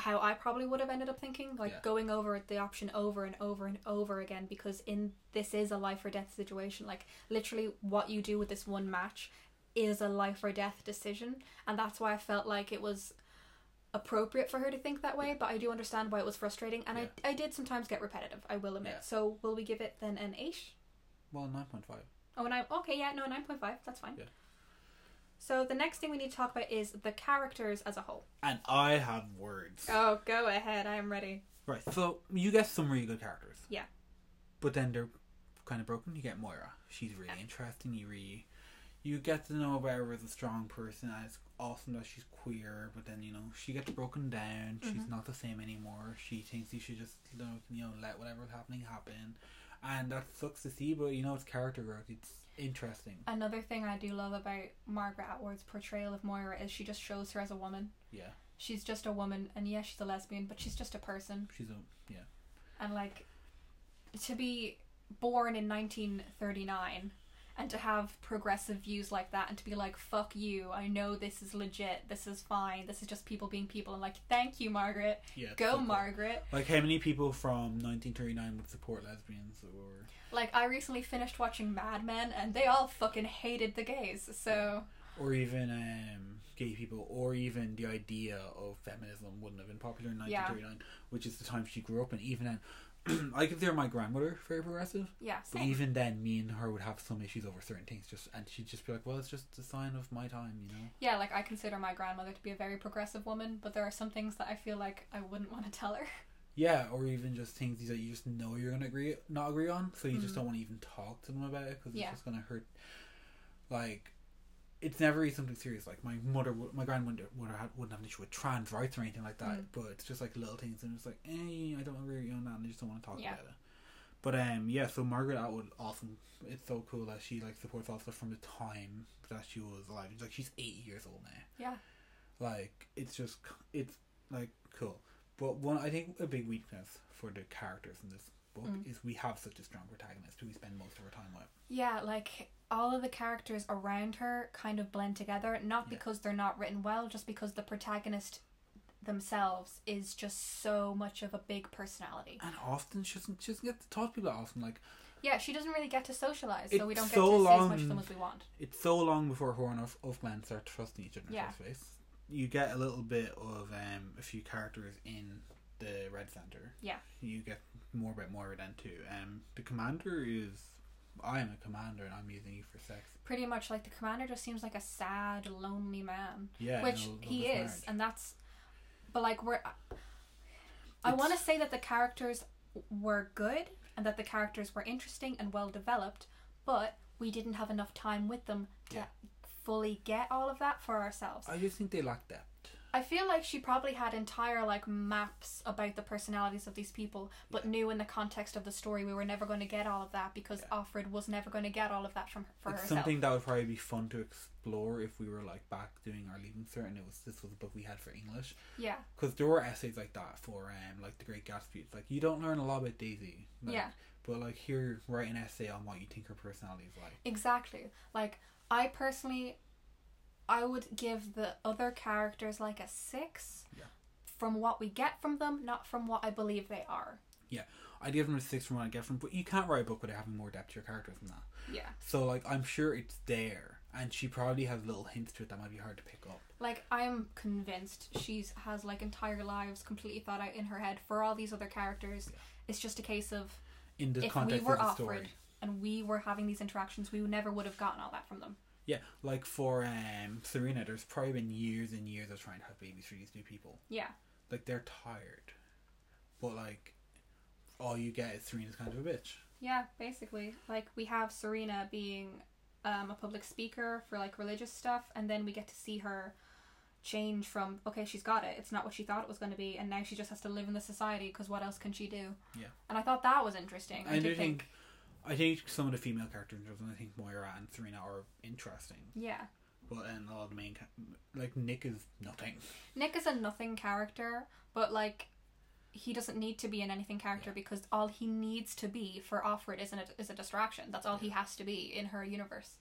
A: how I probably would have ended up thinking, like
B: Yeah.
A: going over the option over and over and over again, because in this is a life or death situation. Like, literally, what you do with this one match is a life or death decision, and that's why I felt like it was appropriate for her to think that way. But I do understand why it was frustrating, and
B: Yeah.
A: I I did sometimes get repetitive. I will admit.
B: Yeah.
A: So, will we give it then an eight?
B: well, 9.5.
A: Oh, and I'm okay. Yeah, no, nine point five. That's fine.
B: Yeah.
A: So the next thing we need to talk about is the characters as a whole.
B: And I have words.
A: Oh, go ahead. I am ready.
B: Right, so you get some really good characters.
A: Yeah.
B: But then they're kind of broken. You get Moira. She's really interesting. You really, you get to know about her as a strong person. And it's awesome that she's queer. But then you know she gets broken down.
A: Mm-hmm.
B: She's not the same anymore. She thinks you should just you know, you know let whatever's happening happen, and that sucks to see. But you know it's character growth. It's interesting.
A: Another thing I do love about Margaret Atwood's portrayal of Moira is she just shows her as a woman.
B: Yeah,
A: She's just a woman, and yes, she's a lesbian, but she's just a person.
B: she's a yeah.
A: And like, to be born in 1939 and to have progressive views like that, and to be like, "Fuck you! I know this is legit. This is fine. This is just people being people." And like, thank you, Margaret.
B: Yeah, it's
A: Go,
B: so cool.
A: Margaret.
B: Like how many people from 1939 would support lesbians or
A: Like I recently finished watching Mad Men and they all fucking hated the gays. So
B: or even um, gay people, or even the idea of feminism wouldn't have been popular in
A: Yeah.
B: 1939, which is the time she grew up in. Even then, [CLEARS THROAT] I consider my grandmother very progressive,
A: yeah,
B: but
A: same.
B: even then, me and her would have some issues over certain things. Just and she'd just be like, "Well, it's just a sign of my time," you know.
A: yeah, like I consider my grandmother to be a very progressive woman, but there are some things that I feel like I wouldn't want to tell her. [LAUGHS]
B: Yeah, or even just things that you just know you're gonna agree not agree on, so you
A: Mhm.
B: just don't want to even talk to them about it because
A: Yeah.
B: it's just gonna hurt. Like, it's never really something serious. Like my mother, would- my grandmother would have, wouldn't have an issue with trans rights or anything like that,
A: Mm.
B: but it's just like little things, and it's like, eh, I don't agree on that, and I just don't want to talk
A: Yeah.
B: about it. But um, yeah. So Margaret Atwood, awesome. It's so cool that she like supports all stuff from the time that she was alive. It's like she's eighty years old now
A: Yeah.
B: like it's just c- it's like cool but one i think a big weakness for the characters in this book
A: Mm.
B: is we have such a strong protagonist who we spend most of our time with
A: Yeah, like all of the characters around her kind of blend together, not
B: Yeah.
A: because they're not written well, just because the protagonist themselves is just so much of a big personality.
B: and often she doesn't, she doesn't get to talk to people that often like
A: Yeah, she doesn't really get to socialize, so we
B: It's
A: don't get
B: so
A: to see as much
B: long.
A: of them as we want.
B: it's so long before her and of, of Glenn start trusting each other in
A: Yeah.
B: the first place you get a little bit of um, a few characters in the red center
A: Yeah.
B: you get more about moira then too um the commander is i am a commander and i'm using you for sex
A: Pretty much like the commander just seems like a sad, lonely man.
B: yeah
A: which
B: no, love
A: he is,
B: marriage.
A: and that's but like we're i
B: It's-
A: want to say that the characters were good and that the characters were interesting and well developed but we didn't have enough time with them to
B: Yeah.
A: fully get all of that for ourselves
B: i just think they lack depth
A: i feel like she probably had entire like maps about the personalities of these people but knew in the context of the story we were never going to get all of that because
B: Yeah.
A: Offred was never going to get all of that from for
B: it's
A: herself
B: something that would probably be fun to explore if we were like back doing our leaving cert and it was this was a book we had for English
A: yeah
B: because there were essays like that for um like the Great Gatsby. It's like you don't learn a lot about Daisy, like,
A: Yeah.
B: But like here, write an essay on what you think her personality is like.
A: Exactly. Like I personally I would give the other characters like a 6
B: Yeah.
A: from what we get from them, not from what I believe they are.
B: I'd give them a six from what I get from, but you can't write a book without having more depth to your characters than that.
A: Yeah.
B: So like I'm sure it's there, and she probably has little hints to it that might be hard to pick up.
A: Like I'm convinced she's has like entire lives completely thought out in her head for all these other characters. It's just a case of
B: in the
A: If
B: context
A: we were
B: of the
A: offered-
B: story.
A: and we were having these interactions, we never would have gotten all that from them.
B: Yeah, like for um Serena, there's probably been years and years of trying to have babies for these new people.
A: Yeah.
B: like they're tired, but like all you get is Serena's kind of a bitch.
A: Yeah, basically. Like we have Serena being um, a public speaker for like religious stuff, and then we get to see her change from okay she's got it it's not what she thought it was going to be and now she just has to live in the society because what else can she do
B: Yeah.
A: and i thought that was interesting i,
B: I do
A: did think,
B: think, I think some of the female characters, I think Moira and Serena are interesting,
A: yeah
B: but and a lot of the main, ca- like Nick is nothing.
A: nick is a nothing character but like he doesn't need to be an anything character
B: Yeah.
A: because all he needs to be for Offred is, an, is a distraction. That's all he has to be in her universe.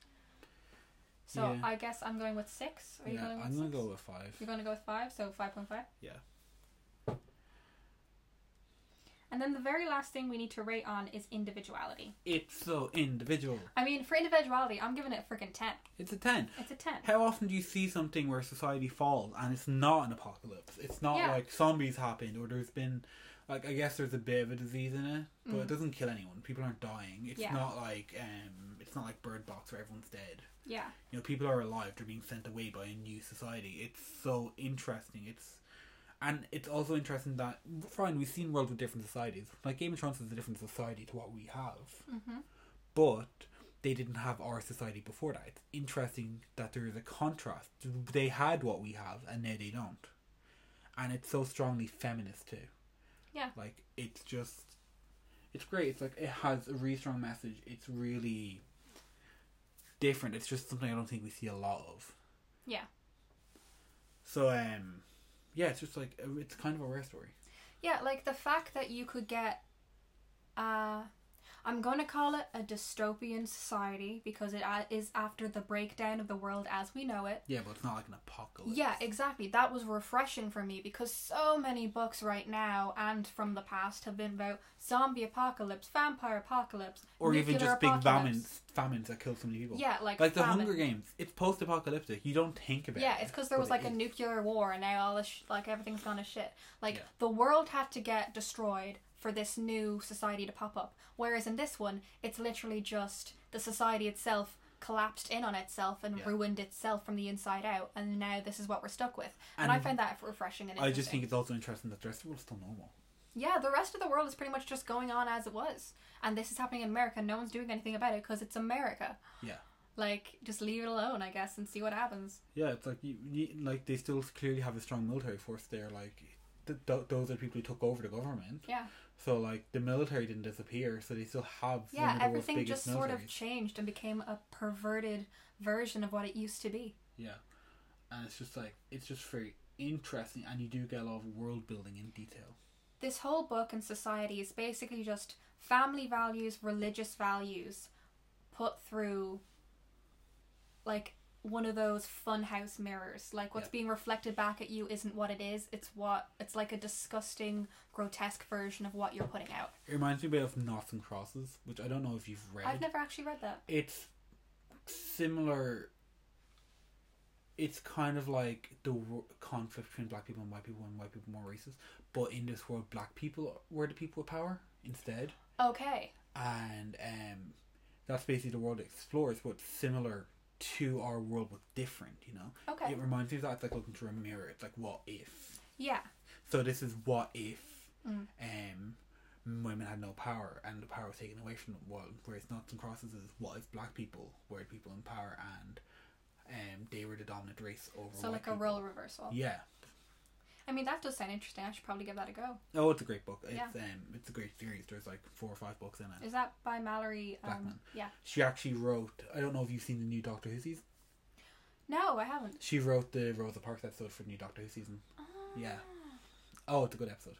A: So
B: Yeah.
A: I guess I'm going with six. Are you
B: yeah,
A: going with
B: I'm gonna
A: six?
B: go with five.
A: You're going to go with five, so 5.5.
B: Yeah.
A: And then the very last thing we need to rate on is individuality.
B: It's so individual.
A: I mean, for individuality, I'm giving it a freaking 10.
B: It's a ten.
A: It's a 10.
B: How often do you see something where society falls and it's not an apocalypse? It's not
A: Yeah.
B: like zombies happened or there's been, like I guess there's a bit of a disease in it, but it doesn't kill anyone. People aren't dying. It's
A: Mm. Yeah.
B: not like um, it's not like Bird Box where everyone's dead.
A: Yeah.
B: You know, people are alive. They're being sent away by a new society. It's so interesting. It's and it's also interesting that fine, we've seen worlds with different societies. Like Game of Thrones is a different society to what we have,
A: Mm-hmm.
B: but they didn't have our society before that. It's interesting that there is a contrast. They had what we have, and now they don't. And it's so strongly feminist too.
A: Yeah.
B: Like it's just, it's great. It's like it has a really strong message. It's really different. It's just something I don't think we see a lot of.
A: Yeah.
B: So um, yeah, it's just like uh, it's kind of a rare story.
A: Yeah, like the fact that you could get, uh, I'm going to call it a dystopian society because it uh, is after the breakdown of the world as we know it.
B: Yeah, but it's not like an apocalypse.
A: Yeah, exactly. That was refreshing for me because so many books right now and from the past have been about zombie apocalypse, vampire apocalypse,
B: or even
A: nuclear
B: just big
A: apocalypse.
B: famines, famines that kill so many people.
A: Yeah, like
B: like the
A: famine.
B: Hunger Games. It's post-apocalyptic. You don't think about.
A: Yeah,
B: it,
A: it's because there was
B: but
A: like
B: it
A: a
B: is.
A: nuclear war, and now all this sh- like everything's gone to shit. Like
B: Yeah.
A: the world had to get destroyed for this new society to pop up. Whereas in this one, it's literally just the society itself collapsed in on itself and
B: Yeah.
A: ruined itself from the inside out, and now this is what we're stuck with. And, I
B: And
A: find that refreshing and
B: I
A: interesting.
B: just think it's also interesting that the rest of the world's still normal.
A: yeah, the rest of the world is pretty much just going on as it was, and this is happening in America. and No one's doing anything about it because it's America.
B: Yeah.
A: Like, just leave it alone, I guess, and see what happens.
B: Yeah, it's like you, you like they still clearly have a strong military force there. Like th- th- those are the people who took over the government.
A: Yeah.
B: So like the military didn't disappear, so they still have one
A: Yeah,
B: of the world's
A: everything
B: biggest
A: just sort of
B: militaries.
A: changed and became a perverted version of what it used to be.
B: Yeah, and it's just like it's just very interesting, and you do get a lot of world building in detail.
A: This whole book and society is basically just family values, religious values put through like one of those funhouse mirrors. Like what's
B: Yeah.
A: being reflected back at you isn't what it is, it's what it's like a disgusting, grotesque version of what you're putting out.
B: It reminds me a bit of Knots and Crosses, which I don't know if you've read.
A: I've never actually read that.
B: it's similar. It's kind of like the wor- conflict between black people and white people, and white people more racist. But in this world, black people were the people with power instead,
A: Okay.
B: and um, that's basically the world it explores. But similar to our world, but different. You know,
A: Okay.
B: it reminds me of that. It's like looking through a mirror. It's like what if?
A: Yeah.
B: So this is what if
A: Mm.
B: um women had no power and the power was taken away from them. Well, whereas Knots and Crosses is what if black people were the people in power and um they were the dominant race over.
A: So
B: white
A: like a
B: people.
A: role reversal.
B: Yeah.
A: I mean that does sound interesting. I should probably give that a go.
B: Oh, it's a great book. It's
A: Yeah.
B: um it's a great series. There's like four or five books in it.
A: Is that by Mallory? Um,
B: Blackman.
A: Yeah.
B: She actually wrote. I don't know if you've seen the new Doctor Who season.
A: No, I haven't.
B: She wrote the Rosa Parks episode for the new Doctor Who season. Yeah.
A: Ah.
B: Oh, it's a good episode.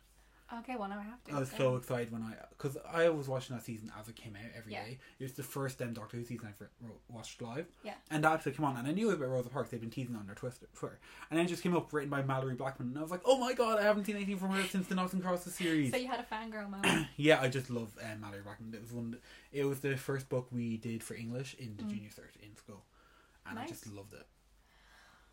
A: Okay, well now I have to.
B: I was Oh, so excited when I, because I was watching that season as it came out every day.
A: Yeah.
B: It was the first um, Doctor Who season I fir- ro- watched live.
A: Yeah.
B: And that episode came on, and I knew it was about Rosa Parks. They'd been teasing on their twist- Twitter, and then it just came up written by Mallory Blackman, and I was like, oh my god, I haven't seen anything from her since the Knots and Crosses series.
A: So you had a fangirl
B: [CLEARS THROAT]
A: moment.
B: yeah, I just love um, Mallory Blackman. It was one. that- It was the first book we did for English in the junior cert in school, and I
A: Mm. Nice.
B: just loved it.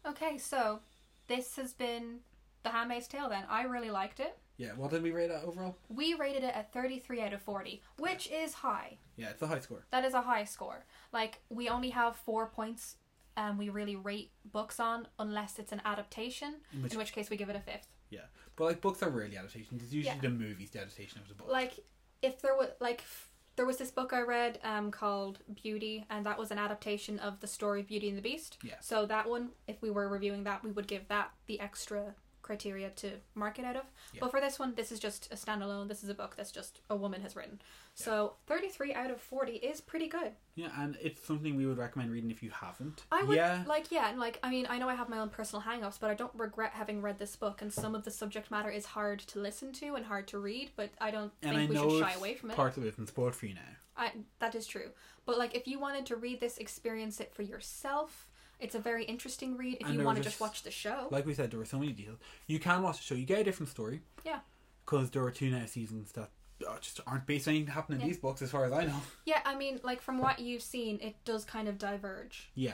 A: okay, so this has been The Handmaid's Tale then. I really liked it.
B: Yeah, what did we rate that overall?
A: We rated it at 33 out of 40, which is high.
B: Yeah, it's a high score.
A: That is a high score. Like, we only have four points um, we really rate books on unless it's an adaptation,
B: In which-
A: in which case we give it a fifth.
B: Yeah, but like books are rarely adaptations. It's usually
A: Yeah.
B: the movie's the adaptation of the book.
A: Like, if there was, like, f- there was this book I read um, called Beauty, and that was an adaptation of the story Beauty and the Beast.
B: Yeah.
A: So that one, if we were reviewing that, we would give that the extra criteria to mark it out of.
B: Yeah.
A: But for this one, this is just a standalone. This is a book that's just a woman has written. So 33 out of 40 is pretty good.
B: Yeah, and it's something we would recommend reading if you haven't.
A: I would
B: yeah,
A: like yeah, and like I mean, I know I have my own personal hang-ups, but I don't regret having read this book and some of the subject matter is hard to listen to and hard to read, but I don't
B: and I
A: think we
B: know
A: should shy
B: it's
A: away from it.
B: part of it isn't spoiled for you now.
A: I, that is true. But like, if you wanted to read this, experience it for yourself. It's a very interesting read. If
B: And
A: you
B: there
A: want to
B: was
A: just
B: this-
A: watch the show,
B: Like we said, there were so many details. You can watch the show. You get a different story.
A: Yeah.
B: Because there were two now seasons that uh, just aren't based on anything that happened in
A: Yeah.
B: these books, as far as I know. [LAUGHS]
A: yeah, I mean, like from what you've seen, it does kind of diverge.
B: Yeah.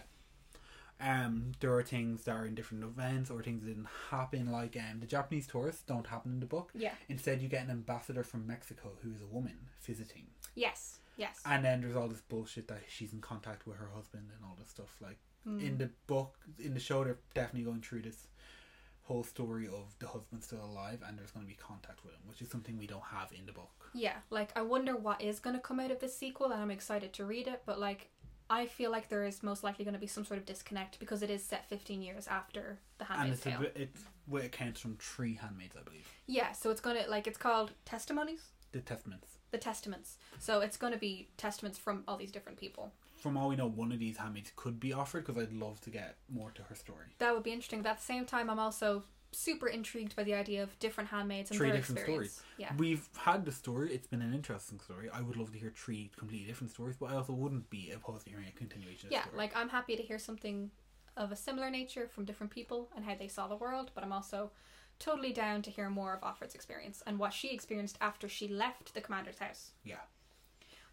B: Um, there are things that are in different events or things that didn't happen, like um, the Japanese tourists don't happen in the book.
A: Yeah.
B: Instead, you get an ambassador from Mexico who is a woman visiting.
A: Yes. Yes.
B: And then there's all this bullshit that she's in contact with her husband and all this stuff. Like
A: Mm.
B: in the book, in the show, they're definitely going through this whole story of the husband still alive and there's going to be contact with him, which is something we don't have in the book.
A: yeah. Like I wonder what is going to come out of this sequel, and I'm excited to read it. But like, I feel like there is most likely going to be some sort of disconnect because it is set 15 years after the
B: and
A: Handmaid's
B: it's a
A: Tale.
B: bit, it's well, it counts from three handmaids, I believe.
A: Yeah. So it's gonna like it's called Testimonies,
B: The testaments.
A: the Testaments. So it's going to be testaments from all these different people.
B: From all we know, one of these handmaids could be offered because I'd love to get more to her story.
A: That would be interesting. But at the same time, I'm also super intrigued by the idea of different handmaids and
B: Three
A: their
B: different
A: experience.
B: stories.
A: Yeah,
B: We've had the story, it's been an interesting story. I would love to hear three completely different stories, but I also wouldn't be opposed to hearing a continuation of
A: yeah.
B: the story.
A: Like I'm happy to hear something of a similar nature from different people and how they saw the world. But I'm also totally down to hear more of Offred's experience and what she experienced after she left the commander's house.
B: Yeah.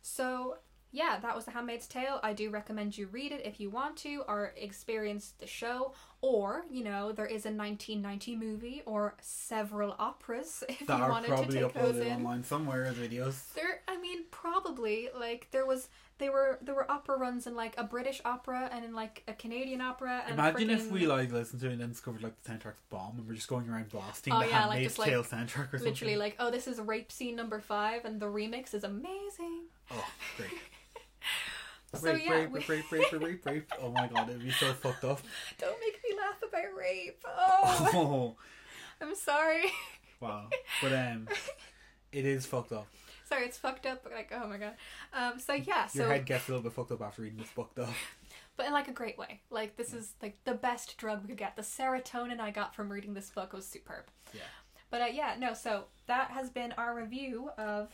A: So yeah, that was The Handmaid's Tale. I do recommend you read it if you want to, or experience the show, or you know there is a 1990 movie or several operas [LAUGHS] if
B: that
A: you
B: are
A: wanted to
B: probably
A: take those
B: uploaded
A: in.
B: online somewhere as videos.
A: There, I mean, probably like there was they were there were opera runs in like a British opera and in like a Canadian opera. And
B: Imagine if
A: frickin'
B: we like listened to it and then discovered like the soundtrack's bomb and we're just going around blasting
A: Oh,
B: the
A: yeah, like,
B: Handmaid's
A: just, like,
B: Tale soundtrack or
A: literally
B: something.
A: like oh this is rape scene number five and the remix is amazing.
B: Oh, great.
A: [LAUGHS] So,
B: rape,
A: yeah,
B: rape,
A: we-
B: rape, rape, rape, rape, rape, rape. Oh my god, it'd be so
A: [LAUGHS]
B: fucked up.
A: Don't make me laugh about rape. Oh,
B: [LAUGHS] Oh,
A: I'm sorry. [LAUGHS]
B: wow. But um, it is fucked up.
A: sorry, it's fucked up. But like oh my god. Um. So yeah. So
B: Your head gets a little bit fucked up after reading this book,
A: [LAUGHS]
B: though.
A: but in like a great way. Like this is like the best drug we could get. The serotonin I got from reading this book was superb.
B: Yeah.
A: But uh, yeah, no. So that has been our review of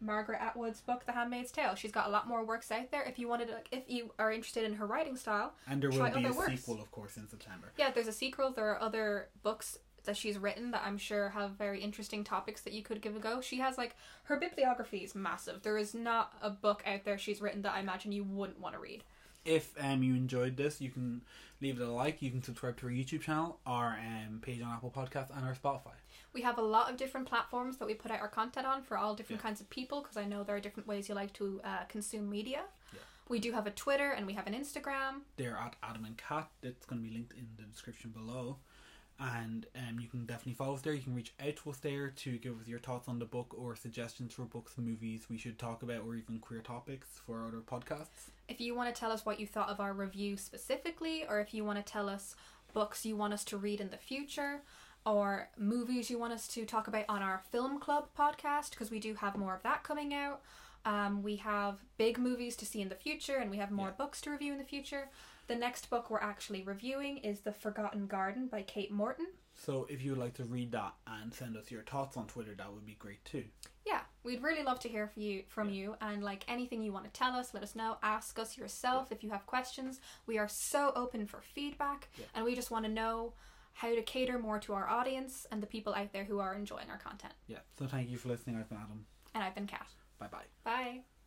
A: Margaret Atwood's book, The Handmaid's Tale. She's got a lot more works out there. If you wanted, to, like, if you are interested in her writing style,
B: And there will
A: Try
B: be
A: other
B: a
A: works.
B: sequel, of course, in September.
A: yeah, there's a sequel. There are other books that she's written that I'm sure have very interesting topics that you could give a go. She has like her bibliography is massive. There is not a book out there she's written that I imagine you wouldn't want to read.
B: If um you enjoyed this, you can leave it a like. You can subscribe to our YouTube channel, our um page on Apple Podcasts, and our Spotify.
A: We have a lot of different platforms that we put out our content on for all different
B: Yeah.
A: kinds of people because I know there are different ways you like to uh, consume media.
B: Yeah.
A: We do have a Twitter and we have an Instagram.
B: They're at Adam and Cat. That's going to be linked in the description below. And um, you can definitely follow us there. You can reach out to us there to give us your thoughts on the book or suggestions for books and movies we should talk about or even queer topics for other podcasts.
A: If you want to tell us what you thought of our review specifically, or if you want to tell us books you want us to read in the future, or movies you want us to talk about on our Film Club podcast, because we do have more of that coming out. Um, we have big movies to see in the future, and we have more
B: Yeah.
A: books to review in the future. The next book we're actually reviewing is The Forgotten Garden by Kate Morton.
B: So if you would like to read that and send us your thoughts on Twitter, that would be great too.
A: Yeah, we'd really love to hear from you from you and like anything you want to tell us, let us know. Ask us yourself if you have questions. We are so open for feedback
B: Yeah.
A: and we just want to know how to cater more to our audience and the people out there who are enjoying our content.
B: Yeah. So thank you for listening. I've been Adam.
A: And I've been Kat.
B: Bye bye.
A: Bye.